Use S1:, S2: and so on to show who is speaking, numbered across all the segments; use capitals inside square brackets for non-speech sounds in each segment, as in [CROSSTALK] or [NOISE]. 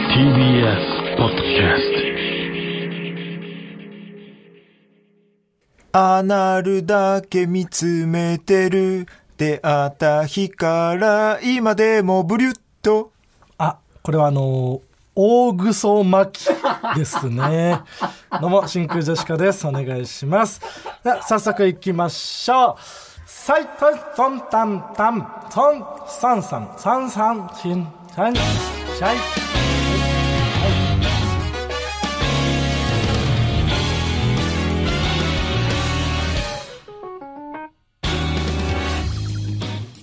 S1: TBS ポッドキャス
S2: アナルだけ見つめてる。出会った日から今でもブリュッと。
S3: あ、これはあのー大草巻きですね。どうも、真空ジェシカです。お願いします。では早速行きましょう。サイトトンタンタン、トン、サンサン、サンサン、シン、サン、シャイ。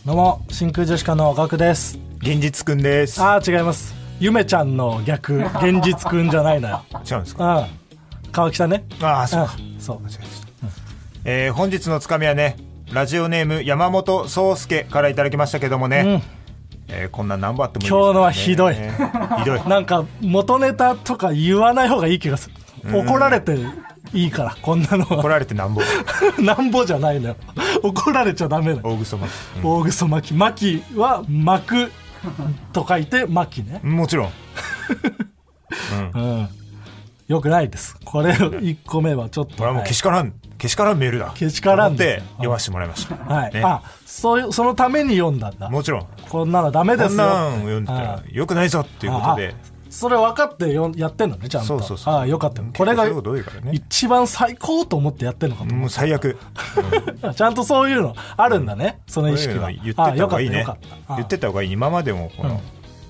S3: どうも、真空ジェシカのガクです。
S2: 現実くんです。
S3: あー違いますゆめちゃんの逆現実くんじゃないのよ
S2: 違うんです
S3: う
S2: か
S3: ん川北ね
S2: ああ、そうか。
S3: うんそう
S2: 間違えましたえー本日のつかみはね、ラジオネーム山本宗介からいただきましたけどもね、えーこんな何番あってもいい
S3: 今日のはひどい
S2: ですからねひど [LAUGHS] い。
S3: なんか元ネタとか言わない方がいい気がする怒られていいからこんなの
S2: 怒
S3: は
S2: られてなんぼ。
S3: なんぼじゃないのよ怒られちゃダメだよ
S2: 大嘘ま
S3: 大嘘巻き巻きは巻くと書いて巻きね
S2: うんもちろん。
S3: うんよくないですこれ1個目はちょっと
S2: これはもうけしからん、けしからんメールだ。
S3: けしからんです
S2: で
S3: よ
S2: 読ませてもらいました。
S3: はい、
S2: ね
S3: あそういうそのために読んだんだ
S2: もちろん。
S3: こんなのダメで
S2: こん
S3: すよ
S2: なん読んでたらよくないぞっていうことで
S3: あそれ分かってよやってんのねちゃんと
S2: そうそうそう
S3: ああよかったよこれが
S2: 結構そういうこと多いからね
S3: 一番最高と思ってやってんのかも、
S2: もう最悪
S3: ちゃんとそういうのあるんだね、その
S2: こう
S3: 意
S2: い
S3: 識
S2: うの
S3: は
S2: 言って
S3: ああ
S2: た方がいいね
S3: よかったよかったああ
S2: 言ってた方がいい今までもこの、
S3: うん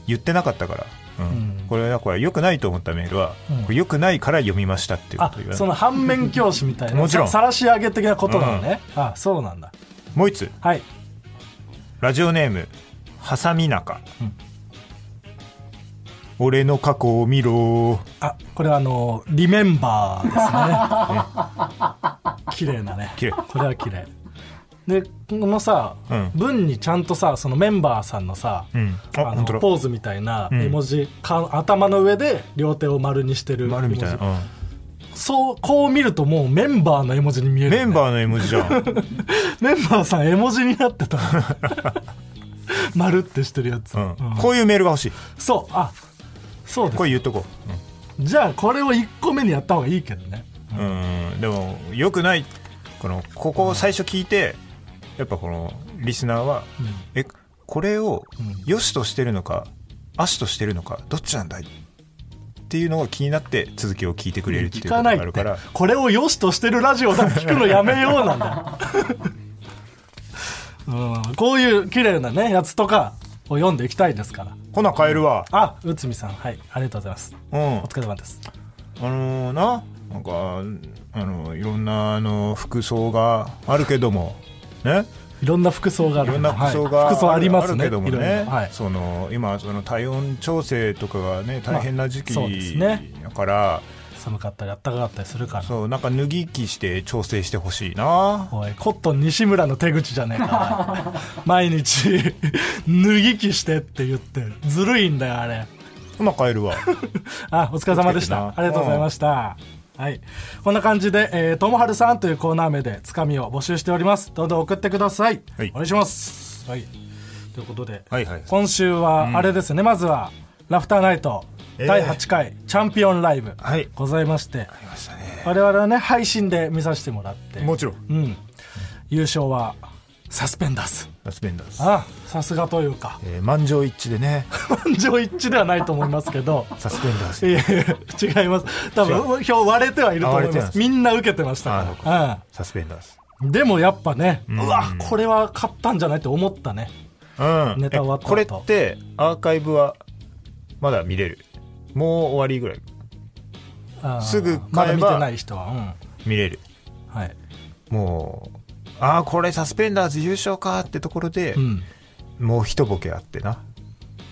S2: 言ってなかったから、うんこれだから良くないと思ったメールは、
S3: ん
S2: これ良くないから読みましたっていうことを
S3: あ
S2: 言わない
S3: その反面教師みたいな
S2: もちろん
S3: ささらし上げ的なことなのね、ああそうなんだ
S2: もう一つ
S3: はい
S2: ラジオネームハサミナカ、俺の過去を見ろ
S3: あこれはあのリメンバーで
S2: [LAUGHS]
S3: すねね綺麗なね
S2: 綺麗
S3: これは綺麗でこのさ、
S2: うん
S3: 文にちゃんとさそのメンバーさんのさ、
S2: うんあ
S3: あ
S2: 本当だ
S3: のポーズみたいな
S2: うん
S3: 絵文字、か頭の上で両手を丸にしてる
S2: 丸みたい
S3: 絵文
S2: な、うん
S3: 字そうこう見るともうメンバーの絵文字に見える、
S2: メン
S3: ー
S2: バーの絵文字じゃん、
S3: メンバーさん絵文字になっ
S2: [LAUGHS]
S3: てた丸ってしてるやつ、
S2: うん
S3: [LAUGHS] うん
S2: こういうメールが欲しい
S3: そうあそうです
S2: これ言っとこう、
S3: じゃあこれを1個目にやった方がいいけどね
S2: うん、でもよくないこのここを最初聞いてやっぱこのリスナーは、えこれを良しとしてるのか悪しとしてるのかどっちなんだいっていうのが気になって続きを聞いてくれるっていうこ
S3: 聞
S2: とが
S3: かな
S2: あ
S3: いっ
S2: るか
S3: て
S2: ら
S3: これを良しとしてるラジオだって聞くのやめような
S2: [LAUGHS]
S3: んだよ、うん、こういう綺麗なねやつとかを読んでいきたいですから
S2: ほな帰るわ
S3: あ内海さんはいありがとうございます
S2: うんあ
S3: お疲れ様です
S2: のーななんかあのいろんなあの服装があるけどもね
S3: いろんな服装があ
S2: い
S3: る
S2: ろんな服装が、
S3: はい服装ありますね
S2: るけども
S3: いろい
S2: ね、
S3: ろはい
S2: その今その体温調整とかがね大変な時期
S3: まあそうですね
S2: だから、
S3: 寒かったり暖かかったりするから
S2: そうなんか脱ぎ着して調整してほしいな
S3: おいコットン西村の手口じゃねえか
S2: [LAUGHS]
S3: おい毎日脱ぎ着してって言ってずるいんだよあれ
S2: 今帰
S3: [LAUGHS]
S2: るわ
S3: あ、お疲れ様でし
S2: 気を
S3: た
S2: つけて。な
S3: ありがとうございました。はい。こんな感じで、えーともはるさんというコーナー名でつかみを募集しております。どんどん送ってください。
S2: はい
S3: お願いします。はい。ということで、
S2: はいはい
S3: 今週は、あれですね、まずは、ラフターナイト
S2: えー
S3: 第8回チャンピオンライブ
S2: はい
S3: ございまして、
S2: ましたね
S3: 我々はね、配信で見させてもらって、
S2: もちろん
S3: うん。優勝は、サスペンダーズ。
S2: ラスベンダーズ、
S3: あ、さすがというか、 [LAUGHS]
S2: えー満場一致でね
S3: 満場一致ではないと思いますけど、
S2: サスペンダー
S3: い
S2: ズ
S3: やいや違います多分票割れてはいると思い
S2: あ割れてないん
S3: ま
S2: ですす
S3: みんな受けてました
S2: あそう
S3: から、
S2: サスペンダーズ
S3: うん、でもやっぱね、うわこれは勝ったんじゃないって思ったね
S2: うん
S3: ネタ終わった
S2: え
S3: 後
S2: これってアーカイブはまだ見れるもう終わりぐらい
S3: あー
S2: すぐ
S3: ま
S2: 買
S3: だ
S2: えば
S3: 見てない人は、
S2: 見れる
S3: うんはい
S2: もうああこれサスペンダーズ優勝かってところで、
S3: うん、
S2: もう一ボケあってな、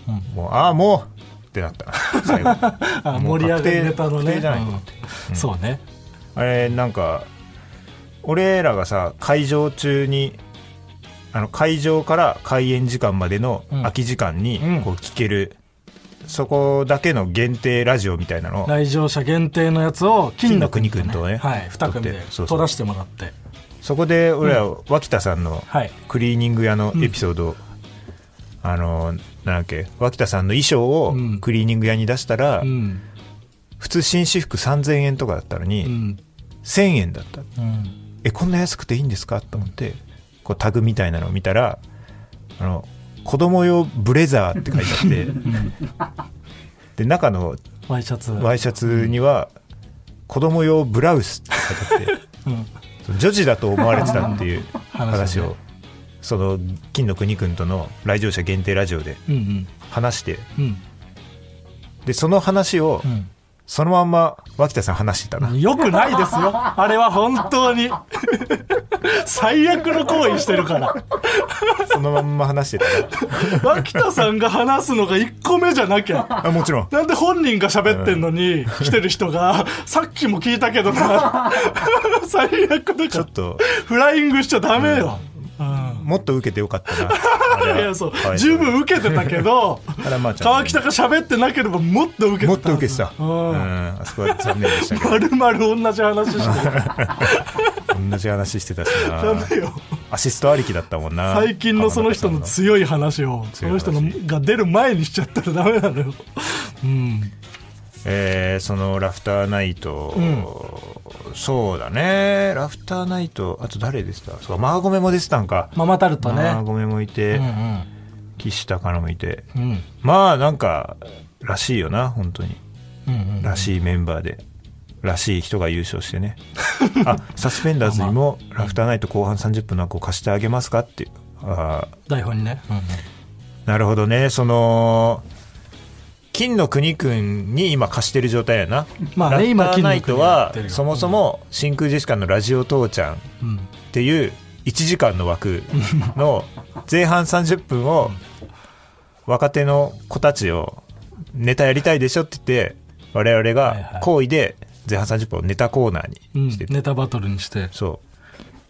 S3: うん
S2: もうああもうってなった [LAUGHS] 最後
S3: あ
S2: もう
S3: 盛り上がるネタの
S2: 確定
S3: ね
S2: じゃないと
S3: うん
S2: 思っ
S3: そうね
S2: あれなんか俺らがさ会場中にあの会場から開演時間までの
S3: うん
S2: 空き時間に
S3: うん
S2: こう聞ける、そこだけの限定ラジオみたいなのを
S3: 来場者限定のやつを金の国
S2: 金の国君とね
S3: はい、2組
S2: 撮っ
S3: で
S2: てそうそう
S3: 取らせてもらって
S2: そこで俺らは脇田さんの
S3: はい
S2: クリーニング屋のエピソードを、あのなんだっけ脇田さんの衣装を
S3: うん
S2: クリーニング屋に出したら、
S3: うん
S2: 普通紳士服3000円とかだったのに、
S3: うん
S2: 1000円だった
S3: うん
S2: えこんな安くていいんですかと思ってこうタグみたいなのを見たらあの子供用ブレザーって書いてあってで中の
S3: ワイシャツ
S2: ワイシャツには子供用ブラウスって書いてあっ
S3: うん
S2: て女児だと思われてたっていう
S3: 話
S2: 話
S3: をね
S2: をその金の国くんとの来場者限定ラジオで
S3: うん
S2: 話して
S3: うん
S2: でその話を
S3: うん
S2: そのまんま脇田さん話してたな
S3: うんよくないですよあれは本当に [LAUGHS] 最悪の行為してるから
S2: そのまんま話してた
S3: 脇田さんが話すのが1個目じゃなきゃ
S2: なあもちろん
S3: なんで本人が喋ってんのに来てる人がさっきも聞いたけど [LAUGHS] な最悪だ
S2: ちょ
S3: から
S2: っと
S3: [LAUGHS] フライングしちゃダメよ、うん
S2: もっと受けてよかったなあ
S3: [LAUGHS] い
S2: れは
S3: やそう
S2: かわいそう
S3: 十分受けてたけど
S2: あらまあちゃん
S3: 川北が喋ってなければもっと受けてた
S2: もっと受けてた
S3: う
S2: うんんあそこは残念でしたけ
S3: まるまる同じ話してる
S2: ど同じ話してたし
S3: [LAUGHS] ダ
S2: な
S3: メよ
S2: アシストありきだったもんな
S3: 最近のその人の強い話をそ
S2: 強
S3: の
S2: い話
S3: 人のが出る前にしちゃったらダメなのようん
S2: えーそのラフターナイト、そうだねラフターナイトあと誰でしたそうマーゴメも出てたんか、
S3: ママタルト
S2: マー
S3: ね
S2: ゴメもいて、
S3: うん
S2: 岸高野もいて
S3: うんうん
S2: まあなんからしいよな本当に
S3: うん
S2: らしいメンバーでらしい人が優勝して
S3: [LAUGHS]
S2: ねあサスペンダーズにもラフターナイト後半30分の枠を貸してあげますかっていうあー
S3: 台本にね
S2: なるほどねその金の国くんに今貸してる状態やな、
S3: まあね
S2: ラフ
S3: 今
S2: ター
S3: 金の
S2: ナイ
S3: 国
S2: ト
S3: やっ
S2: は
S3: てるよ
S2: そもそも真空ジェシカの「ラジオ父ちゃん」っ
S3: うんうん
S2: ていう1時間の枠の前半30分を若手の子たちをネタやりたいでしょって言って我々
S3: はいは
S2: が
S3: い
S2: 好意で前半30分をネタコーナー
S3: うん
S2: にしてて、
S3: ネタバトルにして
S2: そ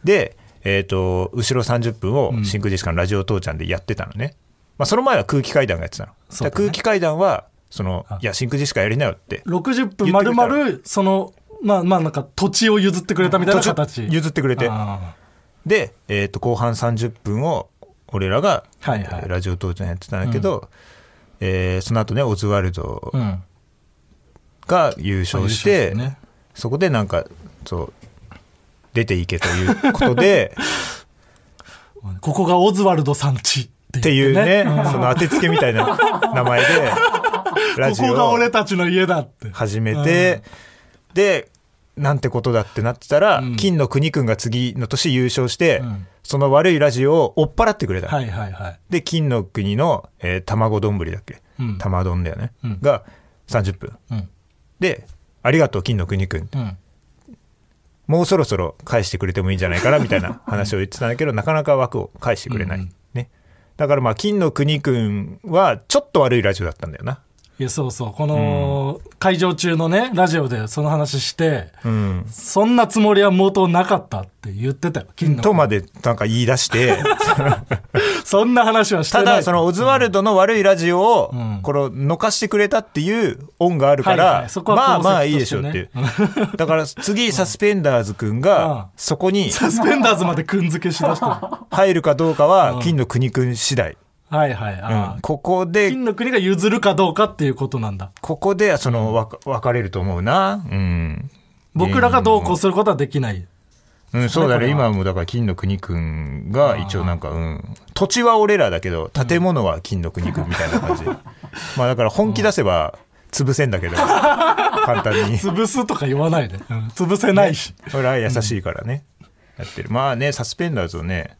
S2: う。で、えっ、と、後ろ30分を
S3: うん
S2: 真空ジェシカのラジオ父ちゃんでやってたのね。まあ、その前は空気階段がやってたの。
S3: そうだ
S2: だ
S3: ね
S2: から空気階段は、その
S3: あ、
S2: いや、真空ジェシカやりなよって。
S3: 60分まるまるそのまあまあなんか土地を譲ってくれたみたいな
S2: 途中
S3: 形
S2: 譲ってくれて。
S3: あ
S2: で、えっ、と、後半30分を、俺らが、
S3: はいはい
S2: えーラジオ父ちゃんやってたんだけど、えーその後ね、オズワルド
S3: ーうん
S2: が優勝して、
S3: 優勝ね
S2: そこでなんか、そう、出ていけということ
S3: [LAUGHS]
S2: で、
S3: ここがオズワルドさんちっ
S2: っていうね、その当てつけみたいな名前
S3: [LAUGHS]
S2: で、ラ
S3: こ
S2: ジオ
S3: こが
S2: を
S3: 俺たちの家だって
S2: 始めて、で、なんてことだってなってたら、
S3: うん
S2: 金の国くんが次の年優勝して、
S3: うん
S2: その悪いラジオを追っ払ってくれた。
S3: はいはいはい
S2: で、金の国の、えー卵丼だっけ、
S3: うん
S2: 玉丼だよね、
S3: うん
S2: が30分。
S3: うん
S2: で、ありがとう、金の国くん。
S3: うん
S2: もうそろそろ返してくれてもいいんじゃないかなみたい
S3: [LAUGHS]
S2: な話を言ってたんだけど、なかなか枠を返してくれない。
S3: うん
S2: ね。だからまあ、金の国くんは、ちょっと悪いラジオだったんだよな。
S3: いやそうそうこの会場中のねラジオでその話して
S2: うん。
S3: そんなつもりは元なかったって言ってたよ金の
S2: とまでなんか言い出
S3: [LAUGHS]
S2: して、
S3: そんな話はしてな
S2: た
S3: い
S2: だそのオズワルドの悪いラジオを
S3: うん、
S2: この、のかしてくれたっていう恩があるか
S3: はいは
S2: ら
S3: いそ、こは
S2: まあまあいい
S3: 功績
S2: で
S3: と
S2: し
S3: して
S2: ょう
S3: ね
S2: っていう。だから次、サスペンダーズくん
S3: [LAUGHS] うん
S2: が、そこに
S3: サスペンダーズまでくんづけし
S2: [LAUGHS]
S3: だした
S2: 入るかどうかは、金の国くん次第。
S3: はいはいあ
S2: う
S3: ー
S2: んここで
S3: 金、の国が譲るかどうかっていうことなんだ
S2: ここで、その、わか分かれると思うな。うん。
S3: 僕らがどうこうすることはできない
S2: うん、そうだ
S3: これ
S2: ね。
S3: は
S2: 今もだから金の国くんが一応なんか、うん。土地は俺らだけど、建物は金の国くんみたいな感じ。
S3: [LAUGHS]
S2: まあだから本気出せば潰せんだけど、 [LAUGHS] 簡単に。
S3: [LAUGHS] 潰すとか言わないで、うん潰せないし、
S2: 俺は優しいからね。やってる。まあね、サスペンダーズをね、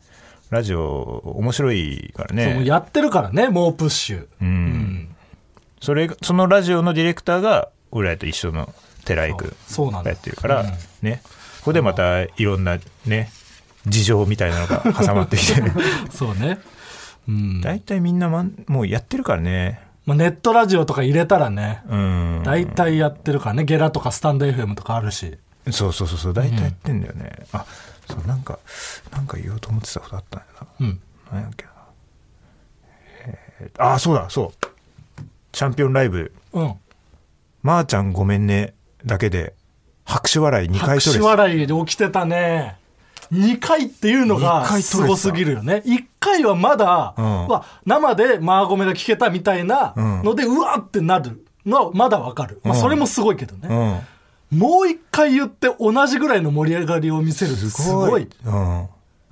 S2: ラジオ面白いから
S3: そう
S2: ね。
S3: やってるからね猛プッシュ
S2: うん。それ、そのラジオのディレクターが、俺らと一緒の寺井くん
S3: そうなんだ
S2: がやってるから、ね。ここでまたいろんなね、事情みたいなの
S3: [LAUGHS]
S2: が挟まってきて。
S3: そうね。うん。
S2: 大体みんなまんもうやってるからね
S3: まあ、ネットラジオとか入れたらね、
S2: うん
S3: 大体やってるからね、ゲラとかスタンド FM とかあるし。
S2: そうそうそうそう大体やってんだよね、あそうなんかなんか言おうと思ってたことあったんだよ
S3: うん。
S2: な何やっけな、えーあそうだそうチャンピオンライブ
S3: うん。
S2: 「まー、ちゃんごめんね」だけで拍手笑い2回取
S3: 拍手
S2: れて
S3: 笑いで起きてたね。2回っていうのが
S2: 二回取れて
S3: す
S2: た
S3: ごすぎるよね。1回はまだ、
S2: うん
S3: うわ生でマーゴメが聞けたみたいな
S2: うん
S3: ので、うわってなるのはまだわかる、まあ、
S2: うん
S3: それもすごいけど
S2: う
S3: ね、
S2: ん。
S3: もう一回言って同じぐらいの盛り上がりを見せるってすごい
S2: うん。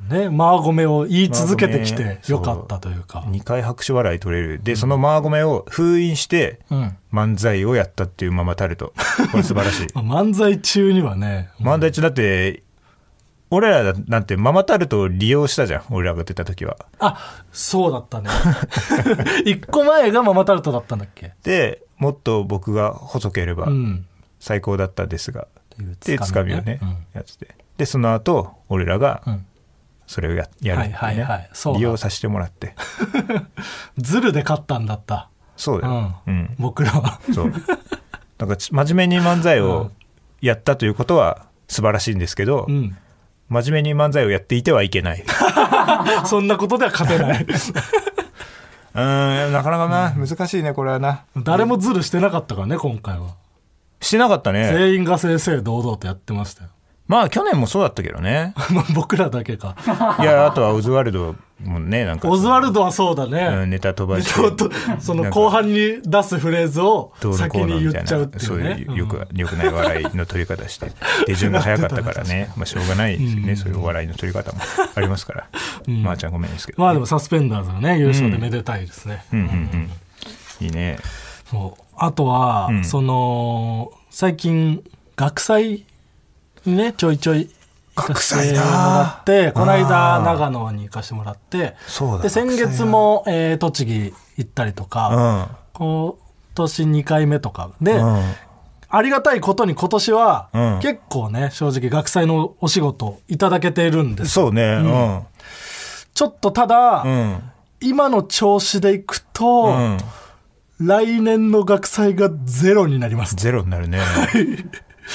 S3: ねマーゴメを言い続けてきてよかったというか
S2: 2回拍手笑い取れる。で、そのマーゴメを封印して、
S3: うん
S2: 漫才をやったっていうママタル
S3: [LAUGHS]
S2: ト。これ素晴らしい。
S3: まあ漫才中にはね
S2: 漫才中だって、俺らなんてママタルトを利用したじゃん。俺らが出た時は。
S3: あそうだったね一個前がママタルトだったんだっけ
S2: で、もっと僕が細ければ
S3: うん
S2: 最高だったですが。
S3: って
S2: で、つかみをね
S3: うん、
S2: やってて。で、その後、俺ら
S3: う
S2: が
S3: ん
S2: それをややるってうね。
S3: はいはいはいそうだ
S2: 利用させてもらって。
S3: ズルで勝ったんだった、
S2: そうだよ。
S3: う
S2: うんん。
S3: 僕
S2: [LAUGHS]
S3: らは
S2: そう。なんかち、真面目に漫才
S3: うん
S2: をやったということは素晴らしいんですけど、
S3: うん
S2: 真面目に漫才をやっていてはいけ
S3: [LAUGHS]
S2: ない。
S3: そんなことでは勝てない
S2: うーん、なかなかな、難しいね、これはな。
S3: 誰もズルしてなかったからね今回は
S2: してなかったね。
S3: 全員が正々堂々とやってましたよ [LAUGHS]
S2: まあ、去年もそうだったけどね。
S3: まあ僕らだけか
S2: いや、あとはオズワルドもね、なんか。
S3: オズワルドはそうだ
S2: うん
S3: ね、
S2: ネタ飛ば
S3: で
S2: し
S3: ちょっとその後半に出すフレーズを
S2: どうの
S3: 先
S2: こうの
S3: に
S2: みたいな
S3: 言っちゃうってい
S2: そうう
S3: ね
S2: いうよく、よくない笑いの取り方
S3: [LAUGHS]
S2: して手順が早かったからね、まあ、しょうがないですよね、そういうお笑いの取り方もありますから、まあちゃんごめんですけど、
S3: まあでもサスペンダーズがね優勝でめでたいですね、
S2: うんうんうんいいね
S3: そうあとは、
S2: うん
S3: その最近学祭にねちょいちょい行かせてもらってこの間
S2: あー
S3: 長野に行かせてもらって
S2: そうだ
S3: で先月も、えー栃木行ったりと
S2: う
S3: か、
S2: ん
S3: 今年2回目とかで、
S2: うん
S3: ありがたいことに今年は、
S2: うん
S3: 結構ね正直学祭のお仕事いただけているんです
S2: そうねう
S3: ちょっとただ、
S2: んうん
S3: 今の調子でいくと、
S2: うん
S3: 来年の学祭がゼロになり
S2: [LAUGHS]
S3: ます
S2: ゼロになるね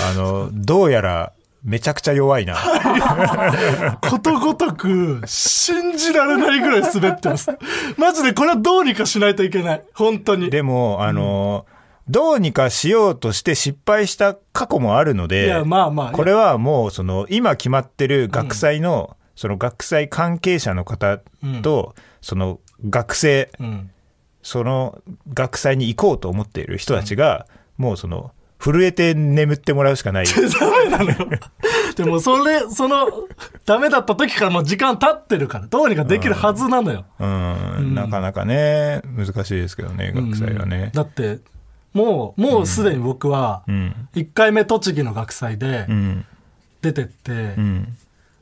S2: あのどうやらめちゃくちゃ弱いな
S3: ことごとく、信じられないぐらい滑っ
S2: [LAUGHS]
S3: てます。マジでこれはどうにかしないといけない。本当に。
S2: でもあの、どうにかしようとして失敗した過去もあるの
S3: い
S2: で
S3: や、まあまあ。
S2: これはもうその今決まってる学祭の、その学祭関係者の方と、その学生
S3: うん。 [LAUGHS]
S2: その学祭に行こうと思っている人たちが、もうその震えて眠ってもらうしかない
S3: ダメな
S2: [LAUGHS]
S3: のよ。でも、それ、その、ダメだった時からもう時間経ってるから、どうにかできるはずなのよ。
S2: うん、なかなかね難しいですけどね学祭はね
S3: だって、もう、もうすでに僕は
S2: う、ん
S3: 1回目栃木の学祭で
S2: うん
S3: 出てって
S2: う、ん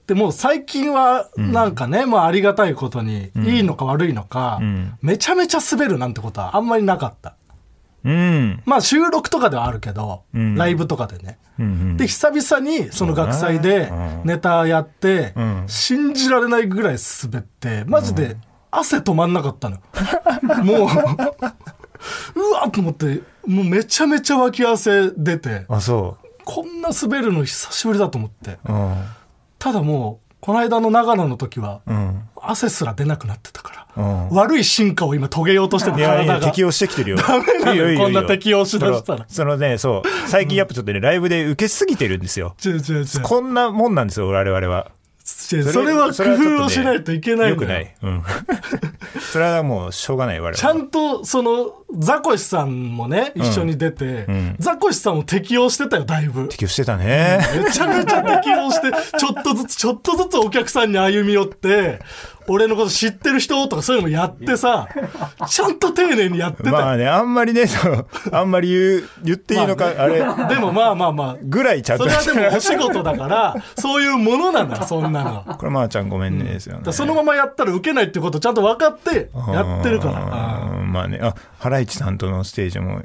S3: でもう最近はなんかね、まあありがたいことに、いいのか悪いのか、
S2: うん
S3: めちゃめちゃ滑るなんてことはあんまりなかった。
S2: うん
S3: まあ収録とかではあるけど、
S2: うん
S3: ライブとかでね。
S2: うん
S3: で、久々にその学祭で
S2: そうねうん
S3: ネタやって、
S2: うん
S3: 信じられないぐらい滑って、マジで汗止まんなかったのよ。 [LAUGHS] もう、 [LAUGHS] うわっと思って、もうめちゃめちゃ脇汗出て、
S2: あそ
S3: こんな滑るの久しぶりだと思って。
S2: ううん
S3: ただもう、この間の長野の時は、
S2: うん
S3: 汗すら出なくなってたか
S2: う
S3: ら、
S2: ん
S3: 悪い進化を今遂げようとしてる
S2: いやい
S3: 体
S2: や、
S3: が。
S2: 適応してきてるよ。
S3: ダメなの
S2: いいいいい
S3: こんな適応しだした
S2: そ
S3: ら
S2: のそのね、そう。最近やっぱちょっとね、ライブで受けすぎてるんですよ。
S3: 違う違う違う
S2: こんなもんなんですよ、我々は。
S3: それは工夫をしないといけない
S2: よ
S3: の
S2: く
S3: よ
S2: ない。
S3: [LAUGHS]
S2: うん。それはもう、しょうがない、我々は。
S3: ちゃんとそのザコシさんもね一緒に出て、
S2: ん
S3: ザコシさんも適応してたよだいぶ
S2: 適応してたね。
S3: めちゃめちゃ適応してちょっとずつちょっとずつお客さんに歩み寄って俺のこと知ってる人とかそういうのもやってさちゃんと丁寧にやってたよ、
S2: まあね、あんまりね、そうあんまり言う、言っていいのか、
S3: ま
S2: あれ、
S3: でもまあまあまあ
S2: ぐらいちゃん
S3: そ
S2: と
S3: れ。はでもお仕事だからそういうものなんだよそんなのはだ
S2: [LAUGHS]
S3: か
S2: これ、まあちゃんごめんね、ですよね。
S3: らそのままやったらウケないってことちゃんと分かってやってるから
S2: あーまあね、あ、ハライチさんとのステージも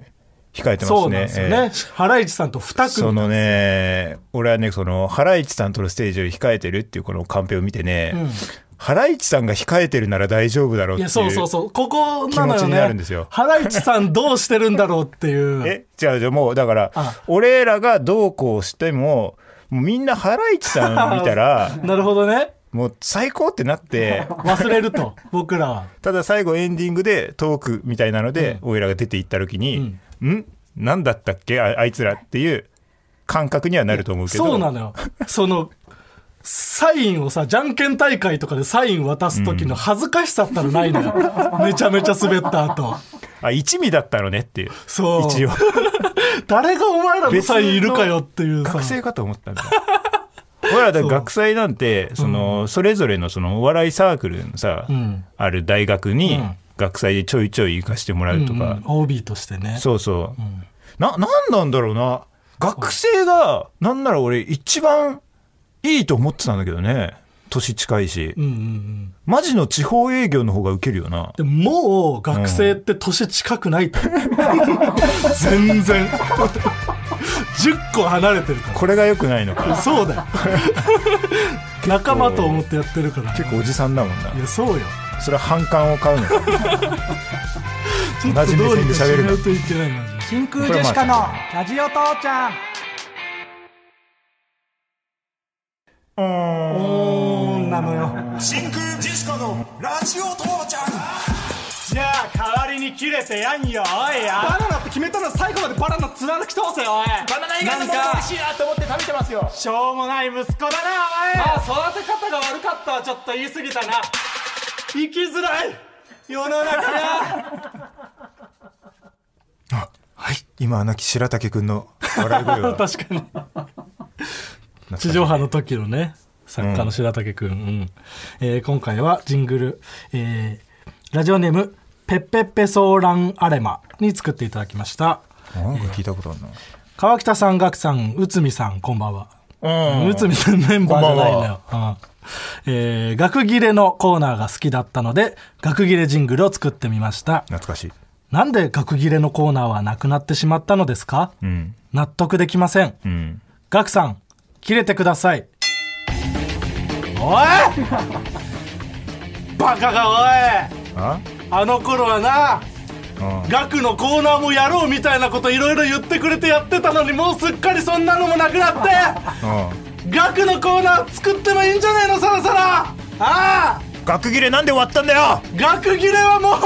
S2: 控えてますね。
S3: そうなんですよね。
S2: えー
S3: ハライチさんと二組。
S2: そのね、俺はね、その、ハライチさんとのステージを控えてるっていうこのカンペを見てね、ハライチさんが控えてるなら大丈夫だろうっ
S3: い
S2: ていう。
S3: や、そうそうそう。ここなの
S2: 気持
S3: よ
S2: ちになるん
S3: ね
S2: ですよ。
S3: ハライチさんどうしてるんだろうっていう。
S2: え違う違う、もうだから
S3: あ、
S2: 俺らがどうこうしても、もうみんなハライチさん見たら
S3: [LAUGHS] 、なるほどね。
S2: もう最高ってなって、
S3: 忘れると、僕らは。
S2: ただ最後エンディングでトークみたいなので、俺らが出て行った時に、ん何だったっけああいつらっていう感覚にはなると思うけど。
S3: そうなのよ。その、サインをさ、じゃんけん大会とかでサイン渡す時の恥ずかしさったらないのよ。
S2: [LAUGHS]
S3: めちゃめちゃ滑った後。
S2: あ一味だったのねっていう
S3: そう。
S2: 一応
S3: 誰がお前らのサインいるかよっていうさ。
S2: 学生かと思ったんだ俺らだから学祭なんてその、それぞれのそのお笑いサークルのさ、
S3: うん
S2: ある大学に
S3: うん
S2: 学祭でちょいちょい行かしてもらうとか、
S3: うんうん OB としてね。
S2: そうそう、な何なんだろうな学生がなんなら俺一番いいと思ってたんだけどね年近いし、
S3: うんうんうん。
S2: マジの地方営業の方がウケるよな
S3: でももう学生って年近くないと思う全然。10個離れてるか
S2: これが良くないの
S3: ら。
S2: か
S3: そう [LAUGHS] だよ。仲間と思ってやってるから。
S2: 結構おじさんだもんない
S3: や、そうよ。
S2: それは反感を買うのか
S3: ちょっとどうにかしないといけないな。
S4: 真空ジェシカのラジオ父ちゃん。おーんなのよ。
S2: 真空ジェシカのラジオ父ちゃん
S4: じゃあ代わりに切れてやんよおいやバナナって決めたら最後までバナナ貫き通せよおいバナナ以外のもの美味しいなと思って食べてますよしょうもない息子だなおいあ育て方が悪かったはちょっと言い過ぎたな生きづらい世の中が
S2: はい今は亡き白竹君の笑い
S4: [LAUGHS]
S2: 声が
S3: 確かに。地上波の時のね、作家の白竹くん。うんえー今回はジングル、えーラジオネーム、ペッペッペソーランアレマに作っていただきました。
S2: なんか聞いたことあるな
S3: 川北さん、ガクさん、内海さん、こんばんは。
S2: うん
S3: 内海さんメンバーじゃないのよ。うんえー、学切れのコーナーが好きだったので、学切れジングルを作ってみました。
S2: 懐かしい
S3: なんで学切れのコーナーはなくなってしまったのですか、
S2: うん
S3: 納得できません。
S2: うん
S3: ガクさん、切れてください。[LAUGHS]
S4: おいバカがおい
S2: あ
S4: あの頃はな
S2: うん
S4: 額のコーナーもやろうみたいなこといろいろ言ってくれてやってたのにもうすっかりそんなのもなくなって
S2: う
S4: 額のコーナー作ってもいいんじゃないのさらさらああ
S2: ん学切れなんで終わったんだよ
S4: 額切れはもう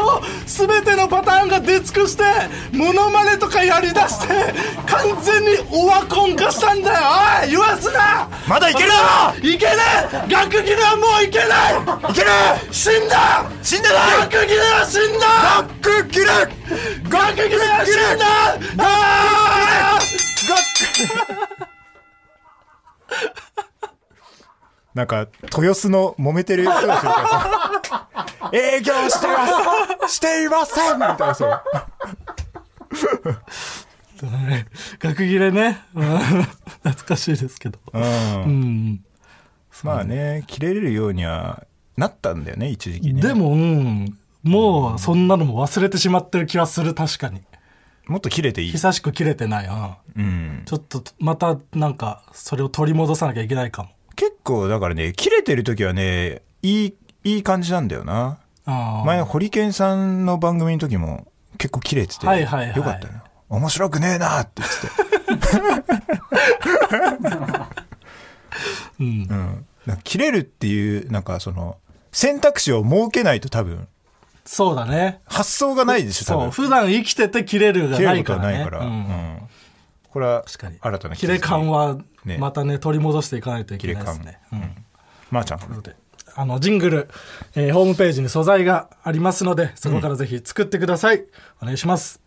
S4: 全てのパターンが出尽くしてモノマネとかやりだして完全にオワコン化したんだよおい言わすな
S2: まだいけるだ
S4: いけねえ額切れはもういけない
S2: ろいける
S4: 死んだ
S2: 死んでない
S4: 額切れは死んだ
S2: 学切れ
S4: 額切れは死んだああ
S2: なんか豊洲の揉めてる人がいるからさ [LAUGHS] 営業してますしていませんみたいなそう
S3: 学切れね。うん懐かしいですけど。
S2: うん
S3: うん。
S2: まあね切れれるようにはなったんだよね一時期ね
S3: でも、うん。もう、そんなのも忘れてしまってる気はする、確かに。
S2: もっと切れていい、
S3: 久しく切れてない。うん。
S2: うん、
S3: ちょっと、また、なんか、それを取り戻さなきゃいけないかも。
S2: 結構だからね切れてる時はねいいいい感じなんだよな
S3: あー
S2: 前ホリケンさんの番組の時も結構切れてて、
S3: はいはいはい
S2: よかったな面白くねえなって言ってて
S3: [LAUGHS] うん。
S2: うんなんか切れるっていうなんかその選択肢を設けないと多分
S3: そうだね。
S2: 発想がないでしょ多
S3: そう。
S2: 分
S3: 普段生きてて切れるが
S2: 切
S3: な
S2: れる
S3: い
S2: こ
S3: か
S2: とは
S3: ら
S2: な
S3: ね。
S2: いから、
S3: う
S2: うん
S3: ん
S2: これは
S3: 確かに。
S2: 新たな
S3: 切れ感は
S2: ね、
S3: またね、取り戻していかないといけないですね。うん
S2: まー、ちゃん
S3: なのであのジングル、えーホームページに素材がありますのでそこからぜひ作ってください、お願いします、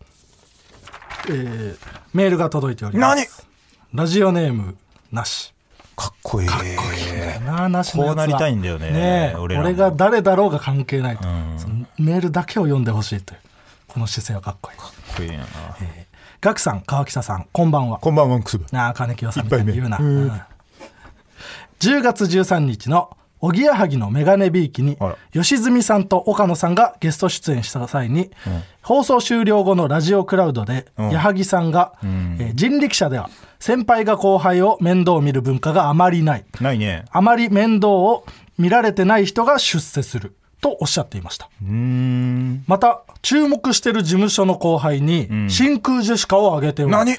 S3: えーメールが届いておりますラジオネームなし
S2: かっこいい
S3: なあなしのやつは
S2: こうなりたいんだよね
S3: え
S2: 俺
S3: 俺
S2: らも
S3: が誰だろうが関係ないと、
S2: ん
S3: そのメールだけを読んでほしいというこの姿勢はかっこいい
S2: かっこいいな
S3: ガクさん川北さんこんばんは
S2: こんばんはクスブ
S3: なあ金清さんみたいに言うな、うん10月13日のおぎやはぎのメガネビーキに
S2: あら
S3: 吉住さんと岡野さんがゲスト出演した際に、放送終了後のラジオクラウドで、
S2: ん
S3: 矢作さんが、えー人力車では先輩が後輩を面倒を見る文化があまりない
S2: ないね
S3: あまり面倒を見られてない人が出世するとおっしゃっていました
S2: うーん
S3: また注目してる事務所の後輩に真空ジェシカを挙げており
S2: 何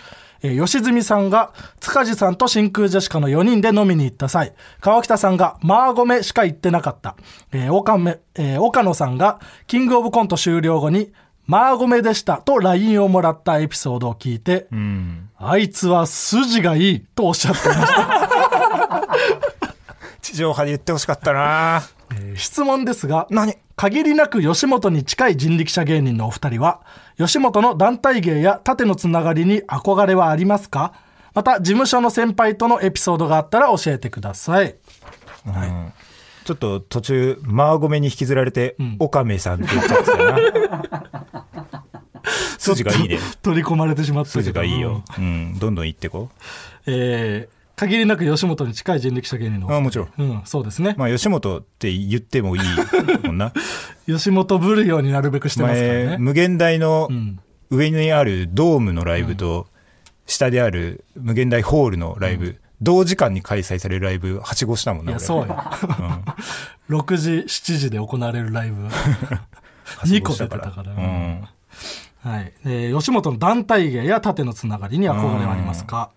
S3: えー吉住さんが塚地さんと真空ジェシカの4人で飲みに行った際川北さんがマーゴメしか行ってなかった、えー岡めえー岡野さんがキングオブコント終了後にマーゴメでしたと LINE をもらったエピソードを聞いて、あいつは筋がいいとおっしゃっていました
S2: 違地上波で言ってほしかったな
S3: えー質問ですが
S2: 何
S3: 限りなく吉本に近い人力車芸人のお二人は吉本の団体芸や縦のつながりに憧れはありますかまた事務所の先輩とのエピソードがあったら教えてください
S2: ちょっと途中、マーゴメに引きずられて、岡メさんって言っちゃってたな。
S3: [LAUGHS]
S2: 筋がいいね。
S3: 取り込まれてしまったけど
S2: 筋がいいよ。うん、どんどん行ってこ
S3: えー限りなく吉本に近い人力車芸人のお
S2: う。あ
S3: 二人
S2: もちろん。
S3: うん、そうですね、
S2: まあ、吉本って言ってもいいもん
S3: [LAUGHS]
S2: な。
S3: 吉本ぶるようになるべくしてますから
S2: 前、
S3: ね
S2: 無限大の
S3: ん
S2: 上にあるドームのライブと、下である無限大ホールのライブ、同時間に開催されるライブ、はしごしたもん
S3: い
S2: な。
S3: や
S2: 俺
S3: そうよ、6時7時で行われるライ
S2: [LAUGHS]
S3: ブ2個出てたから、
S2: うん。
S3: はいえー吉本の団体芸や縦のつながりに憧れはありますか、